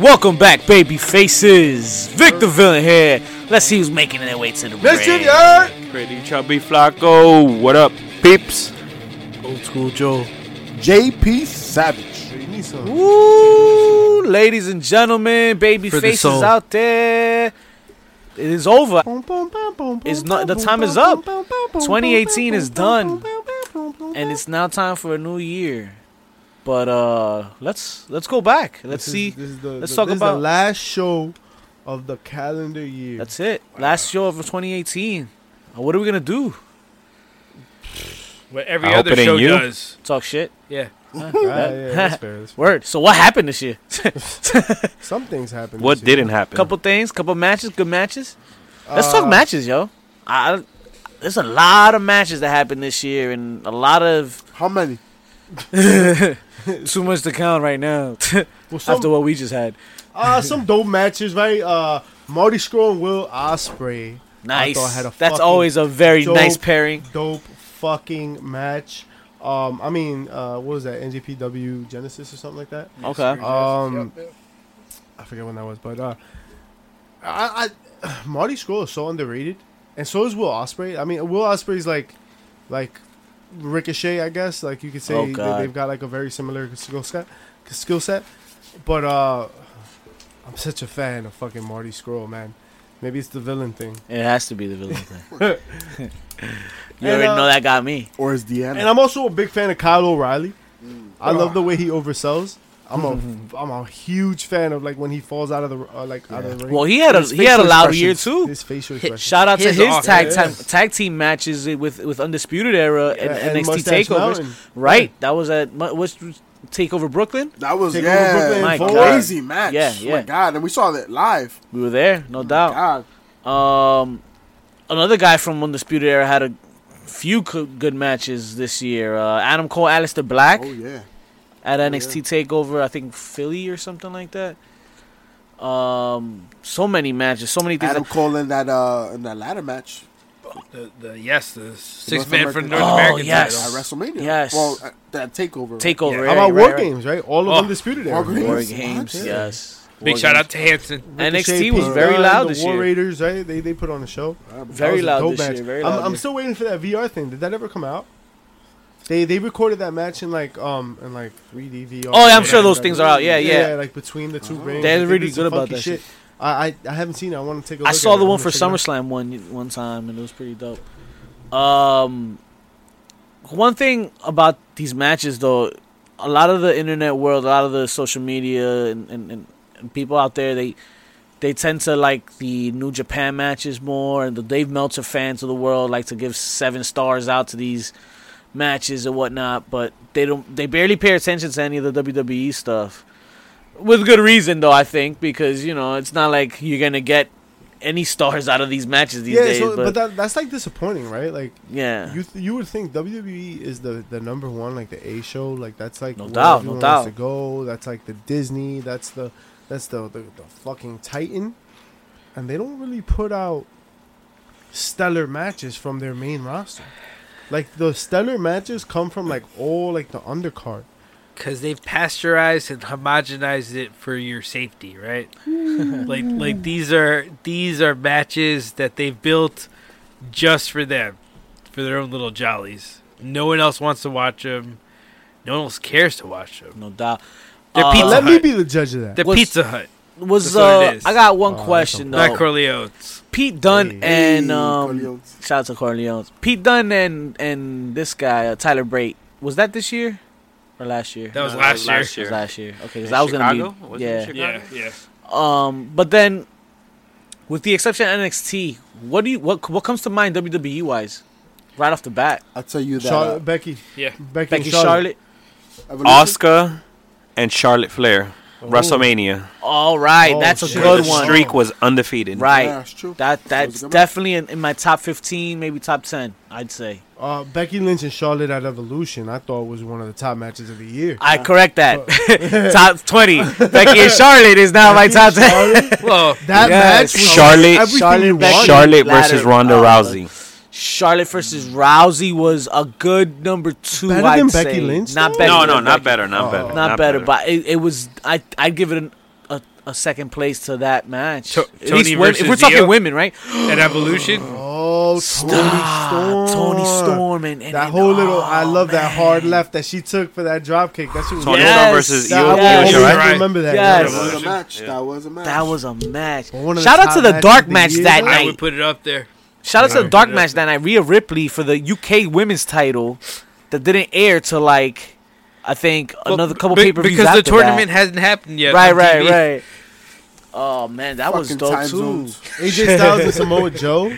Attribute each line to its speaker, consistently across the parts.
Speaker 1: Welcome back, baby faces. Victor Villain here. Let's see who's making their way to the ring.
Speaker 2: Pretty chubby Flacco. What up, peeps?
Speaker 3: Old school Joe.
Speaker 4: JP Savage.
Speaker 1: Ooh, ladies and gentlemen, baby
Speaker 3: For the
Speaker 1: faces
Speaker 3: soul.
Speaker 1: out there. It is over. It's not. The time is up. 2018 is done, and it's now time for a new year. But uh, let's let's go back. Let's
Speaker 4: This is-
Speaker 1: see.
Speaker 4: this is the,
Speaker 1: let's
Speaker 4: the-
Speaker 1: talk
Speaker 4: this is
Speaker 1: about-
Speaker 4: the last show of the calendar year.
Speaker 1: That's it. Last show of 2018. Uh, What are we gonna do?
Speaker 5: What every
Speaker 2: I hope
Speaker 5: other
Speaker 2: it ain't
Speaker 5: show
Speaker 2: you.
Speaker 5: does.
Speaker 1: Talk shit.
Speaker 5: Yeah.
Speaker 4: Ah, yeah, that's fair, that's fair.
Speaker 1: Word. So what happened this year?
Speaker 4: Some things happened.
Speaker 2: What
Speaker 4: this year.
Speaker 2: didn't happen?
Speaker 1: couple things, couple matches, good matches. Let's talk
Speaker 4: Uh,
Speaker 1: matches, yo. I, I- there's a lot of matches that happened this year, and a lot of
Speaker 4: How many?
Speaker 1: too much to count right now
Speaker 4: Well, some,
Speaker 1: after what we just had.
Speaker 4: uh, some dope matches, right? Uh, Marty Scroll and Will Osprey.
Speaker 1: Nice.
Speaker 4: I had a
Speaker 1: That's
Speaker 4: fucking
Speaker 1: always a very
Speaker 4: dope-
Speaker 1: nice pairing.
Speaker 4: Dope fucking match. Um, I mean, uh, what was that? NJPW Genesis or something like that.
Speaker 1: Okay.
Speaker 4: Um, I forget when that was, but uh, I, I Marty Scroll is so underrated, and so is Will Osprey. I mean, Will Osprey's like, like Ricochet, I guess. Like you could say
Speaker 1: Oh,
Speaker 4: they-
Speaker 1: God.
Speaker 4: they've got like a very similar skill set, skill set. But uh, I'm such a fan of fucking Marty Scroll, man. Maybe it's the villain thing.
Speaker 1: It has to be the villain thing. you
Speaker 4: And,
Speaker 1: already
Speaker 4: uh,
Speaker 1: know that got me.
Speaker 6: Or is Deanna?
Speaker 4: And I'm also a big fan of Kyle O'Reilly.
Speaker 1: Mm.
Speaker 4: I love the way he oversells. I'm a
Speaker 1: Mm-hmm.
Speaker 4: I'm a huge fan of like when he falls out of the uh, like out of the ring.
Speaker 1: Well, he had a
Speaker 4: His
Speaker 1: he had a
Speaker 4: facial
Speaker 1: loud year
Speaker 4: expressions.
Speaker 1: too.
Speaker 4: His facial
Speaker 1: Hit,
Speaker 4: expressions.
Speaker 1: shout out to
Speaker 5: His
Speaker 1: his
Speaker 5: offense.
Speaker 1: tag time, tag team matches with with Undisputed Era and,
Speaker 4: Yeah, and
Speaker 1: NXT
Speaker 4: Mustache
Speaker 1: Takeovers.
Speaker 4: Mountain.
Speaker 1: Right, that was at mu- what's Takeover Brooklyn.
Speaker 6: that was
Speaker 4: Take
Speaker 6: yeah,
Speaker 4: over Brooklyn
Speaker 1: My
Speaker 6: my
Speaker 1: God.
Speaker 6: crazy match.
Speaker 1: Yeah,
Speaker 6: Oh
Speaker 1: yeah.
Speaker 6: my God, and we saw that live. Oh
Speaker 1: We were there, no doubt.
Speaker 6: God,
Speaker 1: Um, another guy from Undisputed Era had a few co- good matches this year. Uh, Adam Cole, Alistair Black
Speaker 6: oh yeah.
Speaker 4: Oh,
Speaker 1: at NXT Takeover, I think Philly or something like that. Um, so many matches, so many things.
Speaker 6: Adam Cole in that uh in that ladder match
Speaker 5: The, the, yes, the six
Speaker 6: North
Speaker 5: man for the
Speaker 6: American-
Speaker 5: North
Speaker 1: Oh,
Speaker 5: American
Speaker 1: yes.
Speaker 6: at
Speaker 5: title.
Speaker 6: WrestleMania.
Speaker 1: Yes.
Speaker 6: Well, uh, that takeover.
Speaker 1: Takeover.
Speaker 5: Yeah.
Speaker 1: right,
Speaker 4: How about
Speaker 1: right,
Speaker 4: War
Speaker 1: right.
Speaker 4: Games, right? All of
Speaker 5: Oh.
Speaker 4: Undisputed
Speaker 6: War
Speaker 4: Era.
Speaker 6: Games.
Speaker 1: War
Speaker 6: Yes.
Speaker 1: Games, yes.
Speaker 5: Big
Speaker 1: War
Speaker 5: shout
Speaker 1: Games.
Speaker 5: out to Hanson.
Speaker 1: NXT
Speaker 4: Ricochet,
Speaker 1: was
Speaker 4: Pete
Speaker 1: very
Speaker 4: Dunne,
Speaker 1: loud
Speaker 4: Uh, the
Speaker 1: this
Speaker 4: War
Speaker 1: year.
Speaker 4: Raiders, right? They they put on a show. That
Speaker 1: Very
Speaker 4: was a
Speaker 1: loud
Speaker 4: dope
Speaker 1: this
Speaker 4: match.
Speaker 1: year. Very
Speaker 4: I'm,
Speaker 1: loud.
Speaker 4: I'm
Speaker 1: this
Speaker 4: still waiting for that VR thing. Did that ever come out? They they recorded that match in like um in like 3D VR.
Speaker 1: Oh, yeah, I'm
Speaker 4: Yeah,
Speaker 1: sure those
Speaker 4: like-
Speaker 1: things are out. Yeah, yeah.
Speaker 4: like between the two
Speaker 6: Oh.
Speaker 4: rings.
Speaker 1: They're
Speaker 4: They did
Speaker 1: really
Speaker 4: some
Speaker 1: good about
Speaker 4: funky
Speaker 1: that shit.
Speaker 4: I, I I haven't seen. it. I want to take a
Speaker 1: I
Speaker 4: look.
Speaker 1: saw
Speaker 4: at it.
Speaker 1: the one
Speaker 4: I wanna
Speaker 1: for
Speaker 4: check it out.
Speaker 1: SummerSlam one one time, and it was pretty dope. Um, one thing about these matches, though, a lot of the internet world, a lot of the social media, and, and, and people out there, they they tend to like the New Japan matches more, and the Dave Meltzer fans of the world like to give seven stars out to these matches and whatnot, but they don't they barely pay attention to any of the WWE stuff. With good reason though, I think, because you know, it's not like you're gonna get any stars out of these matches these
Speaker 4: Yeah,
Speaker 1: days.
Speaker 4: so,
Speaker 1: but,
Speaker 4: but that, that's like disappointing, right? Like
Speaker 1: yeah.
Speaker 4: You th- you would think WWE is the, the number one like the A show like that's like
Speaker 1: No
Speaker 4: where
Speaker 1: doubt, no
Speaker 4: everyone
Speaker 1: doubt.
Speaker 4: wants to go that's like the Disney that's the that's the, the the fucking Titan, and they don't really put out stellar matches from their main roster. Like the stellar matches come from like all like the undercard.
Speaker 5: Because they've pasteurized and homogenized it for your safety, right? like, like these are these are matches that they've built just for them, for their own little jollies. No one else wants to watch them. No one else cares to watch them.
Speaker 1: no doubt.
Speaker 5: They're
Speaker 1: Uh,
Speaker 5: Pizza
Speaker 4: Let me
Speaker 5: Hut.
Speaker 4: be the judge of that.
Speaker 5: They're
Speaker 1: What's-
Speaker 5: Pizza Hut,
Speaker 1: Was
Speaker 5: That's what it
Speaker 1: uh
Speaker 5: is.
Speaker 1: I got one
Speaker 4: Oh,
Speaker 1: question though.
Speaker 5: not Corleone's.
Speaker 1: Pete Dunn
Speaker 6: Hey,
Speaker 1: and um
Speaker 6: Corleone's.
Speaker 1: shout out to Corleone's. Pete Dunn and and this guy, uh, Tyler Brait, was that this year? Or last year?
Speaker 5: That was
Speaker 2: No,
Speaker 5: last, year.
Speaker 2: last
Speaker 1: It was
Speaker 2: year.
Speaker 1: last year. Okay, because
Speaker 2: In
Speaker 1: that was going to be
Speaker 2: Chicago? Wasn't it
Speaker 1: yeah.
Speaker 2: Chicago?
Speaker 5: Yeah, yeah.
Speaker 1: Um, but then, with the exception of NXT, what do you what what comes to mind WWE wise, right off the bat?
Speaker 6: I'll tell you that.
Speaker 4: Char-
Speaker 6: Uh,
Speaker 4: Becky,
Speaker 5: Yeah.
Speaker 4: Becky,
Speaker 1: Becky
Speaker 4: and Charlotte.
Speaker 1: Charlotte.
Speaker 6: Evolution?
Speaker 2: Oscar and Charlotte Flair. WrestleMania.
Speaker 1: All right,
Speaker 4: Oh,
Speaker 1: that's a
Speaker 4: shit.
Speaker 2: where
Speaker 1: good
Speaker 2: the
Speaker 1: one.
Speaker 2: streak was undefeated.
Speaker 1: Right,
Speaker 6: Yeah, that's true.
Speaker 1: that
Speaker 6: That was a
Speaker 1: that's
Speaker 6: good match.
Speaker 1: definitely in, in my top fifteen, maybe top ten. I'd say
Speaker 4: Uh, Becky Lynch and Charlotte at Evolution, I thought was one of the top matches of the year.
Speaker 1: I correct that. top 20. Becky and Charlotte is now my top 10.
Speaker 4: Charlotte,
Speaker 5: Well,
Speaker 4: that
Speaker 1: Yes.
Speaker 4: match was
Speaker 2: Charlotte-
Speaker 4: everything
Speaker 1: Charlotte
Speaker 4: you
Speaker 1: Becky-
Speaker 4: wanted.
Speaker 2: Charlotte
Speaker 1: Ladder,
Speaker 2: versus Ronda
Speaker 1: uh,
Speaker 2: Rousey.
Speaker 1: Charlotte versus Rousey was a good number two.
Speaker 4: Better
Speaker 1: I'd
Speaker 4: than
Speaker 1: say.
Speaker 4: Becky Lynch,
Speaker 1: Not
Speaker 4: though?
Speaker 1: better.
Speaker 2: No,
Speaker 1: than
Speaker 2: no, not
Speaker 1: Becky. Oh.
Speaker 2: better, not better,
Speaker 1: Not, better, but it, it was. I I'd give it an, a a second place to that match.
Speaker 5: To-
Speaker 1: At
Speaker 5: Tony
Speaker 1: least when- if
Speaker 5: versus
Speaker 1: we're talking
Speaker 5: Io?
Speaker 1: women, right?
Speaker 5: an evolution.
Speaker 4: Oh, Tony
Speaker 1: Ah,
Speaker 4: Storm.
Speaker 1: Tony Storm, and, and-
Speaker 4: That
Speaker 1: and-
Speaker 4: whole little, I
Speaker 1: oh,
Speaker 4: love that hard
Speaker 1: man.
Speaker 4: left that she took for that drop kick. That shit was
Speaker 2: Tony
Speaker 1: Yes.
Speaker 2: Storm versus
Speaker 4: That,
Speaker 2: Io
Speaker 1: Yes.
Speaker 2: Io
Speaker 4: I will
Speaker 2: Shirai.
Speaker 4: always remember that.
Speaker 1: Yes.
Speaker 6: That was a
Speaker 2: Revolution,
Speaker 6: match.
Speaker 2: yeah.
Speaker 6: That was a match.
Speaker 1: That was a match.
Speaker 4: Well, one of the
Speaker 1: Shout out
Speaker 4: top
Speaker 1: to the
Speaker 4: matches
Speaker 1: dark
Speaker 4: of the
Speaker 1: match
Speaker 4: year,
Speaker 1: that
Speaker 4: though.
Speaker 5: I
Speaker 1: night.
Speaker 5: would put it up there.
Speaker 1: Shout out to the
Speaker 5: Yeah.
Speaker 1: dark match that night. Rhea Ripley for the UK Women's Title that didn't air till like I think another couple
Speaker 5: Be-
Speaker 1: pay-per-views
Speaker 5: because the
Speaker 1: after that.
Speaker 5: tournament hasn't happened yet.
Speaker 1: right,
Speaker 5: on
Speaker 1: right,
Speaker 5: TV.
Speaker 1: right. Oh man, that was
Speaker 6: Fucking
Speaker 1: dope
Speaker 6: time
Speaker 1: too.
Speaker 6: zones.
Speaker 4: AJ Styles and Samoa Joe.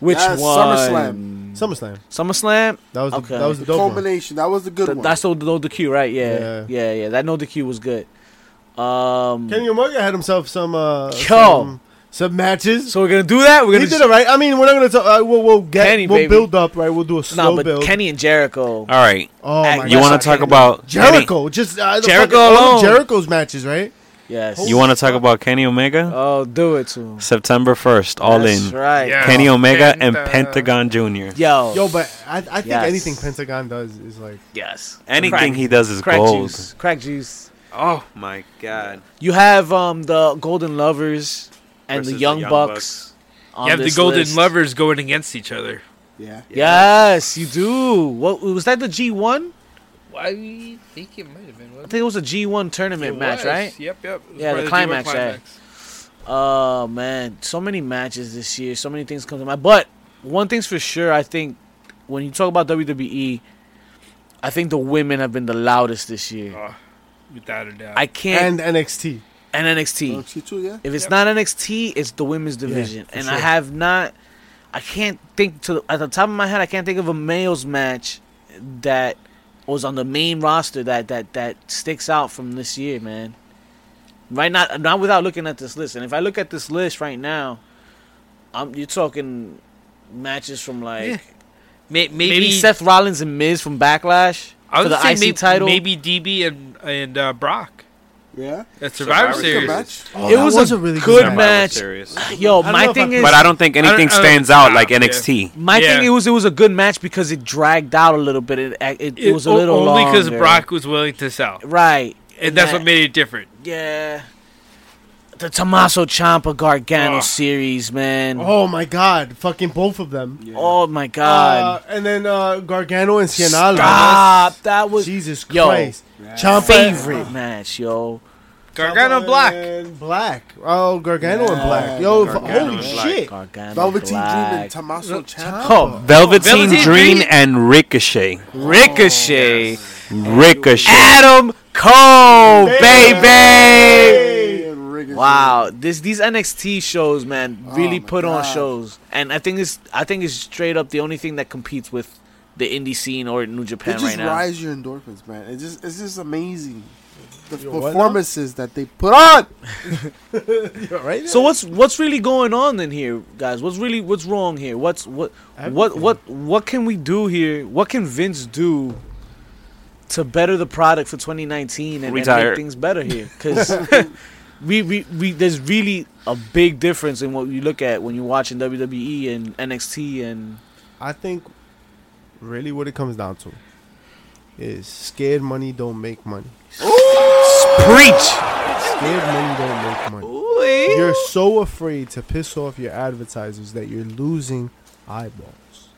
Speaker 1: Which
Speaker 6: That's
Speaker 1: one?
Speaker 6: SummerSlam.
Speaker 4: SummerSlam.
Speaker 1: SummerSlam.
Speaker 4: That was
Speaker 1: Okay.
Speaker 4: the, that was the
Speaker 6: The
Speaker 4: dope one.
Speaker 6: culmination. That was the good
Speaker 1: Th-
Speaker 6: one.
Speaker 1: that's the no the Q, right? Yeah.
Speaker 4: Yeah.
Speaker 1: yeah, yeah, That no the Q was good. Um,
Speaker 4: Kenny Omega had himself some uh,
Speaker 1: Yo.
Speaker 4: some, some matches.
Speaker 1: so we're gonna do that. We're gonna
Speaker 4: he did it right. I mean, we're not gonna talk. Uh, we'll, we'll get
Speaker 1: Kenny,
Speaker 4: we'll
Speaker 1: baby.
Speaker 4: build up right. We'll do a
Speaker 1: no,
Speaker 4: slow
Speaker 1: but
Speaker 4: build.
Speaker 1: Kenny and Jericho.
Speaker 2: All right,
Speaker 4: oh my
Speaker 1: Ag-
Speaker 2: you
Speaker 1: Yes,
Speaker 2: want
Speaker 1: I
Speaker 2: to talk
Speaker 1: can-
Speaker 2: about Kenny-
Speaker 4: Jericho? Just uh, the
Speaker 1: Jericho
Speaker 4: fucking- all
Speaker 1: alone.
Speaker 4: of Jericho's matches, right?
Speaker 1: Yes.
Speaker 2: You want to talk about Kenny Omega?
Speaker 1: Oh, do it to him.
Speaker 2: September first, all
Speaker 1: That's
Speaker 2: in.
Speaker 1: Right.
Speaker 5: Yeah.
Speaker 2: Kenny Omega and
Speaker 5: Penta-
Speaker 2: Pentagon Jr.
Speaker 1: Yo.
Speaker 4: Yo, but I, I think
Speaker 1: Yes.
Speaker 4: anything Pentagon does is like
Speaker 1: Yes.
Speaker 2: Anything
Speaker 1: Crack-
Speaker 2: he does is
Speaker 1: Crack
Speaker 2: gold.
Speaker 1: juice. Crack juice.
Speaker 2: Oh my god!
Speaker 1: You have um the Golden Lovers and
Speaker 2: Versus
Speaker 1: the
Speaker 2: the
Speaker 1: Young
Speaker 2: Young
Speaker 1: Bucks. on
Speaker 5: You have the
Speaker 1: this
Speaker 5: Golden
Speaker 1: list.
Speaker 5: Lovers going against each other.
Speaker 6: yeah.
Speaker 1: Yes, you do. What was that? The G one?
Speaker 5: Why we think it might have been.
Speaker 1: I think it was a G one tournament match, right?
Speaker 5: Yep, yep.
Speaker 1: was Yeah, part the of the climax, eh? G1 climax. Oh man, so many matches this year. So many things come to mind. But one thing's for sure, I think when you talk about WWE, I think the women have been the loudest this
Speaker 5: Oh.
Speaker 1: year.
Speaker 5: Without a doubt.
Speaker 1: I
Speaker 4: and
Speaker 1: can't
Speaker 4: NXT.
Speaker 1: and, NXT.
Speaker 6: Don't you too, yeah.
Speaker 1: If it's
Speaker 5: Yep.
Speaker 1: not NXT, it's the women's division,
Speaker 4: for
Speaker 1: and I
Speaker 4: sure.
Speaker 1: have not. I can't think to at the top of my head. I can't think of a males match that was on the main roster that that that sticks out from this year, man. Right not not without looking at this list, and if I look at this list right now, I'm you're talking matches from like
Speaker 5: Yeah. May- maybe,
Speaker 1: maybe, Seth Rollins and Miz from Backlash
Speaker 5: I
Speaker 1: for
Speaker 5: was
Speaker 1: the
Speaker 5: gonna
Speaker 1: IC
Speaker 5: say maybe,
Speaker 1: title.
Speaker 5: Maybe DB and and uh, Brock
Speaker 6: Yeah.
Speaker 5: at Survivor,
Speaker 2: Survivor
Speaker 6: It's a
Speaker 5: Series.
Speaker 6: match.
Speaker 4: Oh,
Speaker 1: It
Speaker 4: that
Speaker 1: was a
Speaker 4: really
Speaker 1: good
Speaker 2: Survivor
Speaker 1: match.
Speaker 2: Series.
Speaker 1: Yo,
Speaker 4: I don't
Speaker 1: my
Speaker 4: know if
Speaker 1: thing
Speaker 4: I-
Speaker 1: is,
Speaker 2: But I don't think
Speaker 5: don't-
Speaker 2: anything
Speaker 5: I don't-
Speaker 2: stands out like
Speaker 5: yeah.
Speaker 2: NXT.
Speaker 1: my
Speaker 5: Yeah.
Speaker 1: thing it was it was a good match because it dragged out a little bit. It it, it was a
Speaker 5: o-
Speaker 1: little
Speaker 5: only
Speaker 1: because
Speaker 5: Brock was willing to sell,
Speaker 1: Right.
Speaker 5: and that's
Speaker 1: That-
Speaker 5: what made it different.
Speaker 1: Yeah. The Tommaso Ciampa Gargano
Speaker 5: Ugh.
Speaker 1: series, man. Oh,
Speaker 4: Oh my god, fucking both of them.
Speaker 6: Yeah.
Speaker 1: my god.
Speaker 4: Uh, and then uh, Gargano and Cianala.
Speaker 1: Stop. That was
Speaker 4: Jesus
Speaker 1: Yo.
Speaker 4: Christ.
Speaker 6: Yeah.
Speaker 1: my
Speaker 4: Ciampa-
Speaker 1: favorite match, yo.
Speaker 5: Gargano Black.
Speaker 4: And Black. Oh, Gargano and
Speaker 6: Yeah,
Speaker 4: Black. Yo, f-
Speaker 6: Gargano
Speaker 4: holy
Speaker 2: and Black.
Speaker 4: shit.
Speaker 1: Gargano
Speaker 6: Velveteen Dream and
Speaker 1: Black.
Speaker 6: Tommaso Ciampa.
Speaker 1: Oh,
Speaker 2: Velveteen,
Speaker 5: Velveteen
Speaker 2: Dream
Speaker 5: Dream.
Speaker 2: and Ricochet.
Speaker 1: Ricochet.
Speaker 2: Ricochet.
Speaker 1: Adam Cole,
Speaker 4: Baby.
Speaker 1: baby.
Speaker 6: And Ricochet.
Speaker 1: Wow, this these NXT shows, man, really
Speaker 6: Oh my
Speaker 1: put on
Speaker 6: God.
Speaker 1: shows, and I think it's I think it's straight up the only thing that competes with the indie scene or New
Speaker 6: It
Speaker 1: Japan
Speaker 6: just
Speaker 1: right now.
Speaker 6: rise your endorphins, man. It just it's just amazing. The
Speaker 4: Yo, what now?
Speaker 6: performances that they put on.
Speaker 4: Right?
Speaker 1: So what's what's really going on in here, guys? What's really what's wrong here? What's what what
Speaker 4: Everything.
Speaker 1: what what can we do here? What can Vince do to better the product for 2019 and, and
Speaker 2: Retire.
Speaker 1: make things better here? Because we, we we there's really a big difference in what you look at when you're watching WWE and NXT and
Speaker 4: I think really what it comes down to is scared money don't make money.
Speaker 2: Preach.
Speaker 4: Scared money don't make money. You're so afraid to piss off your advertisers that you're losing eyeballs.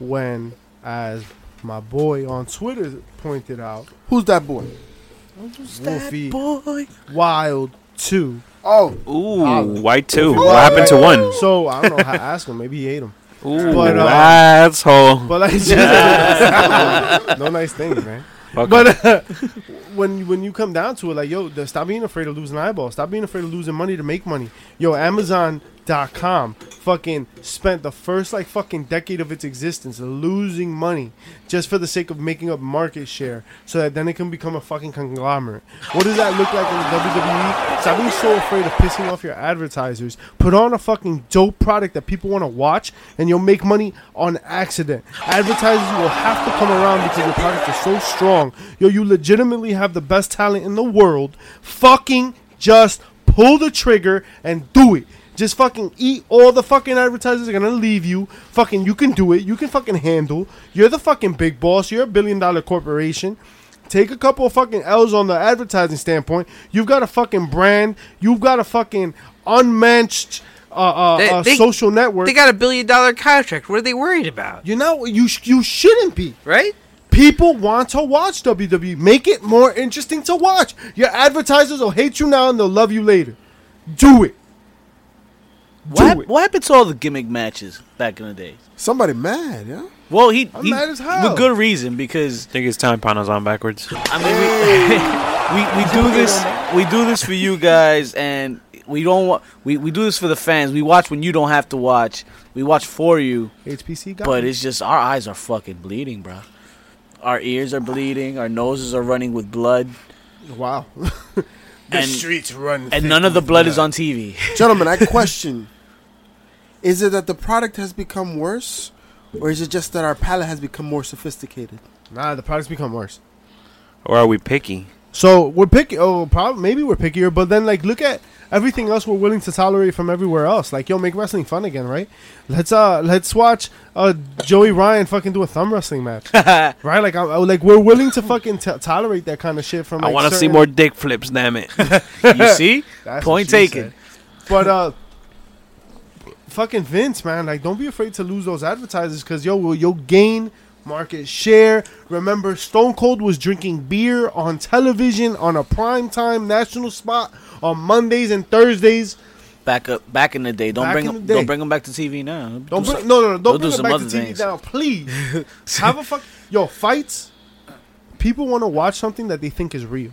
Speaker 4: When, as my boy on Twitter pointed out,
Speaker 6: Who's that boy?
Speaker 4: Wolfie
Speaker 1: boy.
Speaker 4: Wild 2.
Speaker 6: Oh,
Speaker 2: Ooh, why two?
Speaker 4: Wolfie
Speaker 2: What
Speaker 4: Wild,
Speaker 2: happened to
Speaker 4: right?
Speaker 2: one?
Speaker 4: So, I don't know how to ask him. Maybe he ate him.
Speaker 2: Ooh,
Speaker 4: But, uh,
Speaker 2: asshole.
Speaker 4: But like, no nice things, man.
Speaker 2: Fuck
Speaker 4: But uh, when you, when you come down to it, like yo, the, stop being afraid of losing eyeballs. Stop being afraid of losing money to make money. Yo, Amazon.com fucking spent the first like fucking decade of its existence losing money just for the sake of making up market share so that then it can become a fucking conglomerate. What does that look like in the WWE? Stop being so afraid of pissing off your advertisers. Put on a fucking dope product that people want to watch and you'll make money on accident. Advertisers will have to come around because your product is so strong. Yo, you legitimately have the best talent in the world. Fucking just pull the trigger and do it. Just fucking eat all the fucking advertisers are gonna leave you. Fucking you can do it. You can fucking handle. You're the fucking big boss. You're a billion dollar corporation. Take a couple of fucking L's on the advertising standpoint. You've got a fucking brand. You've got a fucking unmatched uh, uh,
Speaker 5: They-
Speaker 4: uh,
Speaker 5: they-
Speaker 4: social network.
Speaker 5: They got a billion dollar contract. What are they worried about?
Speaker 4: you know you sh- you shouldn't be.
Speaker 5: Right?
Speaker 4: People want to watch WWE. Make it more interesting to watch. Your advertisers will hate you now and they'll love you later. Do it.
Speaker 1: What, hap-
Speaker 4: it.
Speaker 1: what happened to all the gimmick matches back in the day?
Speaker 6: Somebody mad, yeah?
Speaker 1: Well, he,
Speaker 4: I'm
Speaker 1: he-
Speaker 4: mad as hell.
Speaker 1: with good reason because
Speaker 2: think it's time Pano's on backwards.
Speaker 1: I mean, we, we we do this we do this for you guys, and we don't wa- we we do this for the fans. We watch when you don't have to watch. We watch for you,
Speaker 4: HPC got
Speaker 1: but
Speaker 4: me.
Speaker 1: it's just our eyes are fucking bleeding, bro. Our ears are bleeding. Our noses are running with blood,
Speaker 4: wow.
Speaker 1: and
Speaker 4: streets run.
Speaker 1: and none of the blood is on TV.
Speaker 6: Gentlemen, I question Is it that the product has become worse, or is it just that our palate has become more sophisticated?
Speaker 4: Nah, the products become worse.
Speaker 2: Or are we picky?
Speaker 4: So we're picky. Oh, probably maybe we're pickier, but then like look at everything else we're willing to tolerate from everywhere else. Like yo, make wrestling fun again, right? Let's uh let's watch uh Joey Ryan fucking do a thumb wrestling match, right? Like I'm I- like we're willing to fucking to tolerate that kind of shit from. Like,
Speaker 2: I want to see
Speaker 4: certain-
Speaker 2: more dick flips, damn it.
Speaker 1: You see,
Speaker 4: That's
Speaker 1: Point
Speaker 4: what she
Speaker 1: taken.
Speaker 4: said. But uh, fucking Vince, man, like don't be afraid to lose those advertisers because yo, will you'll gain market share. Remember, Stone Cold was drinking beer on television on a primetime national spot on Mondays and Thursdays.
Speaker 1: back up back in the day. Don't
Speaker 4: Back
Speaker 1: bring
Speaker 4: in the
Speaker 1: them,
Speaker 4: day.
Speaker 1: don't bring them back to TV now.
Speaker 4: Don't
Speaker 1: Do
Speaker 4: bring, no no no
Speaker 1: they'll do
Speaker 4: don't bring it
Speaker 1: some
Speaker 4: back to
Speaker 1: other
Speaker 4: TV
Speaker 1: things.
Speaker 4: now, please. Have a fuck yo fights. People want to watch something that they think is real,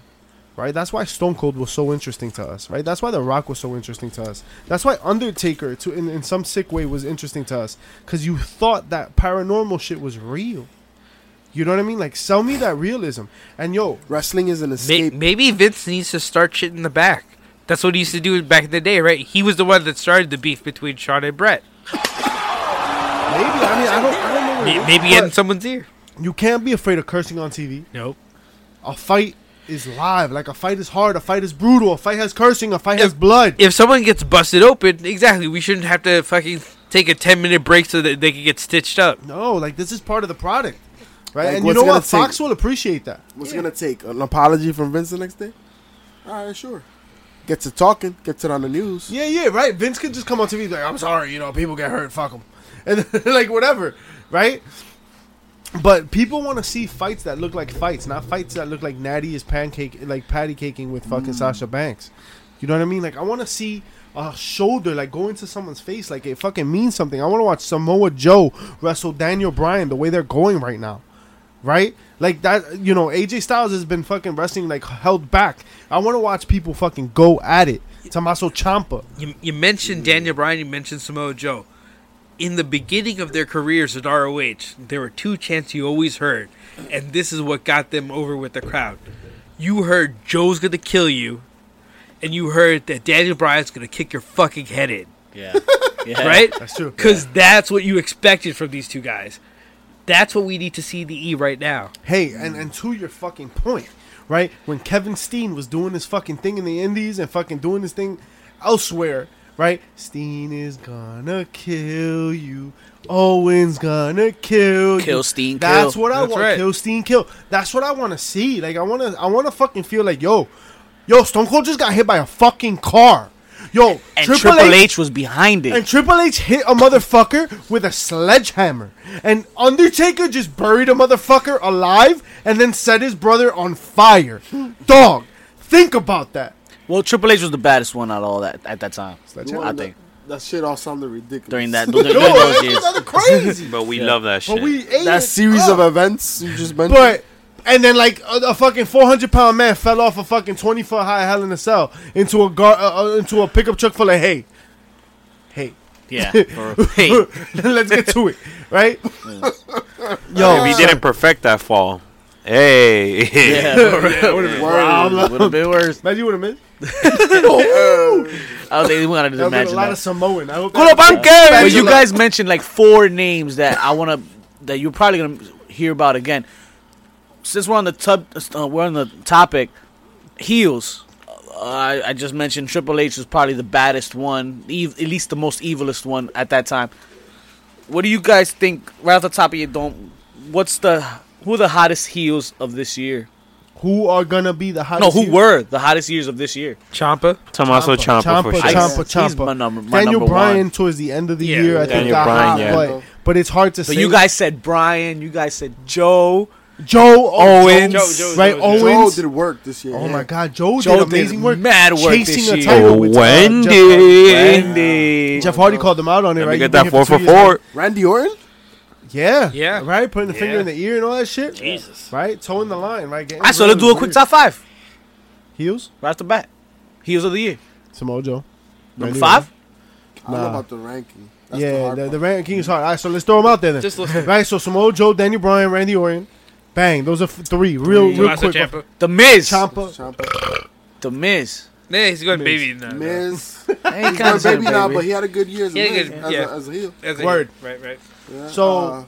Speaker 4: right? That's why Stone Cold was so interesting to us, right? That's why The Rock was so interesting to us. That's why Undertaker, to in, in some sick way, was interesting to us because you thought that paranormal shit was real. You know what I mean? Like sell me that realism. And yo,
Speaker 6: Wrestling is an
Speaker 5: May-
Speaker 6: escape.
Speaker 5: maybe Vince needs to start shit in the back. That's what he used to do back in the day, right? He was the one that started the beef between Sean and Brett.
Speaker 4: maybe I mean I don't I don't know. what it
Speaker 5: May-
Speaker 4: is,
Speaker 5: Maybe
Speaker 4: but
Speaker 5: in someone's ear.
Speaker 4: you can't be afraid of cursing on TV.
Speaker 5: Nope.
Speaker 4: A fight is live. Like a fight is hard. A fight is brutal. A fight has cursing. A fight has
Speaker 5: If-
Speaker 4: blood.
Speaker 5: If someone gets busted open, exactly, we shouldn't have to fucking take a 10 minute break so that they can get stitched up.
Speaker 4: no, like this is part of the product, right?
Speaker 6: Like,
Speaker 4: and you
Speaker 6: what's
Speaker 4: know
Speaker 6: it gonna
Speaker 4: what? Fox
Speaker 6: take?
Speaker 4: will appreciate that.
Speaker 6: What's it gonna take? An apology from Vince the next day? All right, sure. Gets it talking. Gets it on the news.
Speaker 4: Yeah, yeah, right. Vince could just come on TV and be like, "I'm sorry, you know, people get hurt. Fuck them," and then, like whatever, right? But people want to see fights that look like fights, not fights that look like Natty is pancake, like patty caking with fucking Sasha Banks. You know what I mean? Like I want to see a shoulder like go into someone's face, like it fucking means something. I want to watch Samoa Joe wrestle Daniel Bryan the way they're going right now, right? Like that, you know, AJ Styles has been fucking wrestling like held back. I want to watch people fucking go at it. Tommaso Ciampa.
Speaker 5: You, you mentioned Daniel Bryan, you mentioned Samoa Joe. In the beginning of their careers at ROH, there were two chants you always heard, and this is what got them over with the crowd. You heard Joe's gonna kill you, and you heard that Daniel Bryan's gonna kick your fucking head in,
Speaker 1: Yeah, yeah.
Speaker 5: right?
Speaker 4: That's true.
Speaker 5: Because that's what you expected from these two guys. That's what we need to see the E right now.
Speaker 4: Hey, and, and to your fucking point, right? When Kevin Steen was doing his fucking thing in the Indies and fucking doing his thing elsewhere, right? Steen is gonna kill you. Owen's gonna kill you.
Speaker 1: Kill Steen,
Speaker 4: That's
Speaker 1: kill.
Speaker 4: what I
Speaker 5: That's
Speaker 4: want.
Speaker 5: right.
Speaker 4: Kill Steen, kill. That's what I want to see. Like I want to, I want to fucking feel like yo, yo, Stone Cold just got hit by a fucking car. Yo,
Speaker 1: And Triple, H, was behind it.
Speaker 4: and Triple H hit a motherfucker with a sledgehammer. And Undertaker just buried a motherfucker alive and then set his brother on fire. Dog, think about that.
Speaker 1: well, Triple H was the baddest one out of all that at that time.
Speaker 6: You
Speaker 1: I
Speaker 6: want
Speaker 1: think
Speaker 6: that, that shit all sounded ridiculous.
Speaker 1: during that during
Speaker 4: Yo,
Speaker 1: those years.
Speaker 4: that's crazy.
Speaker 2: But we love that shit.
Speaker 4: But we ate
Speaker 6: that
Speaker 4: it
Speaker 6: series
Speaker 4: up.
Speaker 6: of events you just mentioned.
Speaker 4: But and then like a, a fucking four hundred pound man fell off a fucking twenty foot high hell in a cell into a gar- uh, uh, into a pickup truck full of hay. Hey,
Speaker 1: Yeah. for- hey,
Speaker 4: Let's get to it, right?
Speaker 2: Yo, if he didn't perfect that fall, hey,
Speaker 1: yeah. Would have
Speaker 4: Problem.
Speaker 1: been worse.
Speaker 4: Imagine you would have missed.
Speaker 1: I don't think anyone wanted to
Speaker 4: That was
Speaker 1: imagine
Speaker 4: a lot
Speaker 1: that.
Speaker 4: of Samoan. I hope
Speaker 2: Pull up,
Speaker 4: that-
Speaker 2: I'm gay.
Speaker 1: but you guys mentioned like four names that I want to that you're probably gonna hear about again. Since we're on the tub, uh, we're on the topic. Heels. Uh, I, I just mentioned Triple H was probably the baddest one, ev- at least the most evilest one at that time. What do you guys think, right off the top of your dome? What's the who are the hottest heels of this year?
Speaker 4: Who are gonna be the
Speaker 1: no,
Speaker 4: hottest?
Speaker 1: who
Speaker 4: heel?
Speaker 1: were the hottest years of this year?
Speaker 5: Champa.
Speaker 2: Tommaso Ciampa,
Speaker 4: Ciampa,
Speaker 2: for sure. Oh,
Speaker 1: Ciampa.
Speaker 4: Champa,
Speaker 1: He's
Speaker 4: Champa.
Speaker 1: my number- my
Speaker 4: Daniel
Speaker 1: number
Speaker 4: Bryan
Speaker 1: one.
Speaker 4: towards the end of the
Speaker 5: Yeah,
Speaker 4: year, I think
Speaker 2: Daniel
Speaker 4: got
Speaker 2: Bryan,
Speaker 4: hot,
Speaker 2: yeah.
Speaker 4: but but it's hard to
Speaker 1: So
Speaker 4: say.
Speaker 1: you guys said Brian, you guys said Joe.
Speaker 4: Joe Owens,
Speaker 5: Joe- Joe-
Speaker 4: right?
Speaker 5: Joe-
Speaker 6: Joe
Speaker 4: Owens.
Speaker 6: did work this year.
Speaker 4: oh
Speaker 6: yeah.
Speaker 4: my God, Joe,
Speaker 1: Joe
Speaker 4: did amazing work.
Speaker 1: mad work
Speaker 4: Chasing
Speaker 1: this
Speaker 4: a
Speaker 1: year.
Speaker 4: title
Speaker 2: Oh,
Speaker 4: with, uh,
Speaker 2: Wendy.
Speaker 4: Jeff Hardy.
Speaker 1: Wendy.
Speaker 4: Jeff Hardy called him out on it,
Speaker 2: Let
Speaker 4: right?
Speaker 2: me
Speaker 4: You've
Speaker 2: get
Speaker 4: been here
Speaker 2: that four for
Speaker 4: two years now.
Speaker 2: four.
Speaker 6: Randy Orton?
Speaker 4: Yeah,
Speaker 5: Yeah.
Speaker 4: right. Putting the finger
Speaker 5: Yeah.
Speaker 4: in the ear and all that shit.
Speaker 5: Jesus.
Speaker 4: Right, toeing the line, right? Getting
Speaker 1: I saw them
Speaker 4: really
Speaker 1: do a quick
Speaker 4: weird.
Speaker 1: top five
Speaker 4: heels.
Speaker 1: right off the bat. Heels of the year.
Speaker 4: Samoa Joe.
Speaker 1: Number
Speaker 4: Randy
Speaker 1: five?
Speaker 6: I don't know
Speaker 4: Nah.
Speaker 6: about the ranking. That's the
Speaker 4: yeah,
Speaker 6: hard
Speaker 4: the, the,
Speaker 6: part.
Speaker 4: ranking is hard. All right, so let's throw them out there then.
Speaker 5: Just listen.
Speaker 4: right, so Samoa Joe, Daniel Bryan, Randy Orton, bang. Those are f- three, real, real
Speaker 5: Tommaso
Speaker 4: quick.
Speaker 5: Ciampa.
Speaker 1: The Miz.
Speaker 4: Champa,
Speaker 6: Ciampa.
Speaker 1: The Miz.
Speaker 5: Yeah, he's going baby. now.
Speaker 6: Miz.
Speaker 1: I ain't
Speaker 6: He's not a
Speaker 1: considering
Speaker 6: baby now,
Speaker 1: baby.
Speaker 6: but he had a good year as a,
Speaker 5: Yeah,
Speaker 6: man,
Speaker 5: good-
Speaker 6: as,
Speaker 5: yeah.
Speaker 6: a, as a heel.
Speaker 5: That's
Speaker 4: Word.
Speaker 5: It. Right, right.
Speaker 6: Yeah,
Speaker 4: So-
Speaker 6: uh,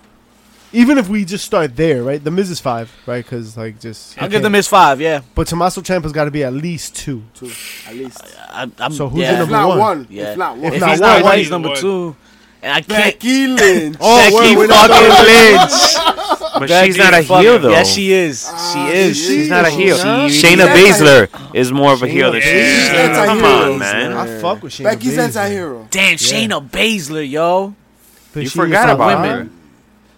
Speaker 4: even if we just start there, right? The Miz is five, right? Because like just
Speaker 1: I'll
Speaker 4: okay.
Speaker 1: give the Miz five, yeah.
Speaker 4: But Tommaso Ciampa's got to be at least two.
Speaker 6: two, at least.
Speaker 1: I, I'm,
Speaker 4: So who's
Speaker 1: yeah.
Speaker 4: your
Speaker 6: If
Speaker 4: number
Speaker 6: not
Speaker 4: one.
Speaker 6: one.
Speaker 1: Yeah.
Speaker 6: If not one.
Speaker 1: If
Speaker 4: If
Speaker 1: he's
Speaker 4: not
Speaker 1: not
Speaker 4: one,
Speaker 1: one,
Speaker 5: he's
Speaker 1: he's number
Speaker 5: one.
Speaker 1: two. And I can't.
Speaker 6: Becky Lynch.
Speaker 4: Oh,
Speaker 1: Becky
Speaker 4: word, we're not
Speaker 1: fucking
Speaker 4: done.
Speaker 1: Lynch.
Speaker 2: But she's not a
Speaker 1: fucking-
Speaker 2: heel though.
Speaker 1: Yes, she is.
Speaker 6: Ah,
Speaker 1: She is.
Speaker 6: she
Speaker 2: She's not a
Speaker 6: is.
Speaker 2: heel.
Speaker 6: She-
Speaker 2: Shayna
Speaker 6: she's
Speaker 2: Baszler is more of a heel than she
Speaker 5: Baszler.
Speaker 2: is.
Speaker 6: She's
Speaker 2: Come
Speaker 6: anti-hero.
Speaker 2: on, man.
Speaker 4: I fuck with Shayna.
Speaker 6: Becky's
Speaker 4: Baszler.
Speaker 6: anti-hero.
Speaker 1: Damn, Shayna Baszler, yo.
Speaker 4: But
Speaker 2: You
Speaker 4: she is
Speaker 2: forgot
Speaker 4: a
Speaker 2: about
Speaker 4: woman.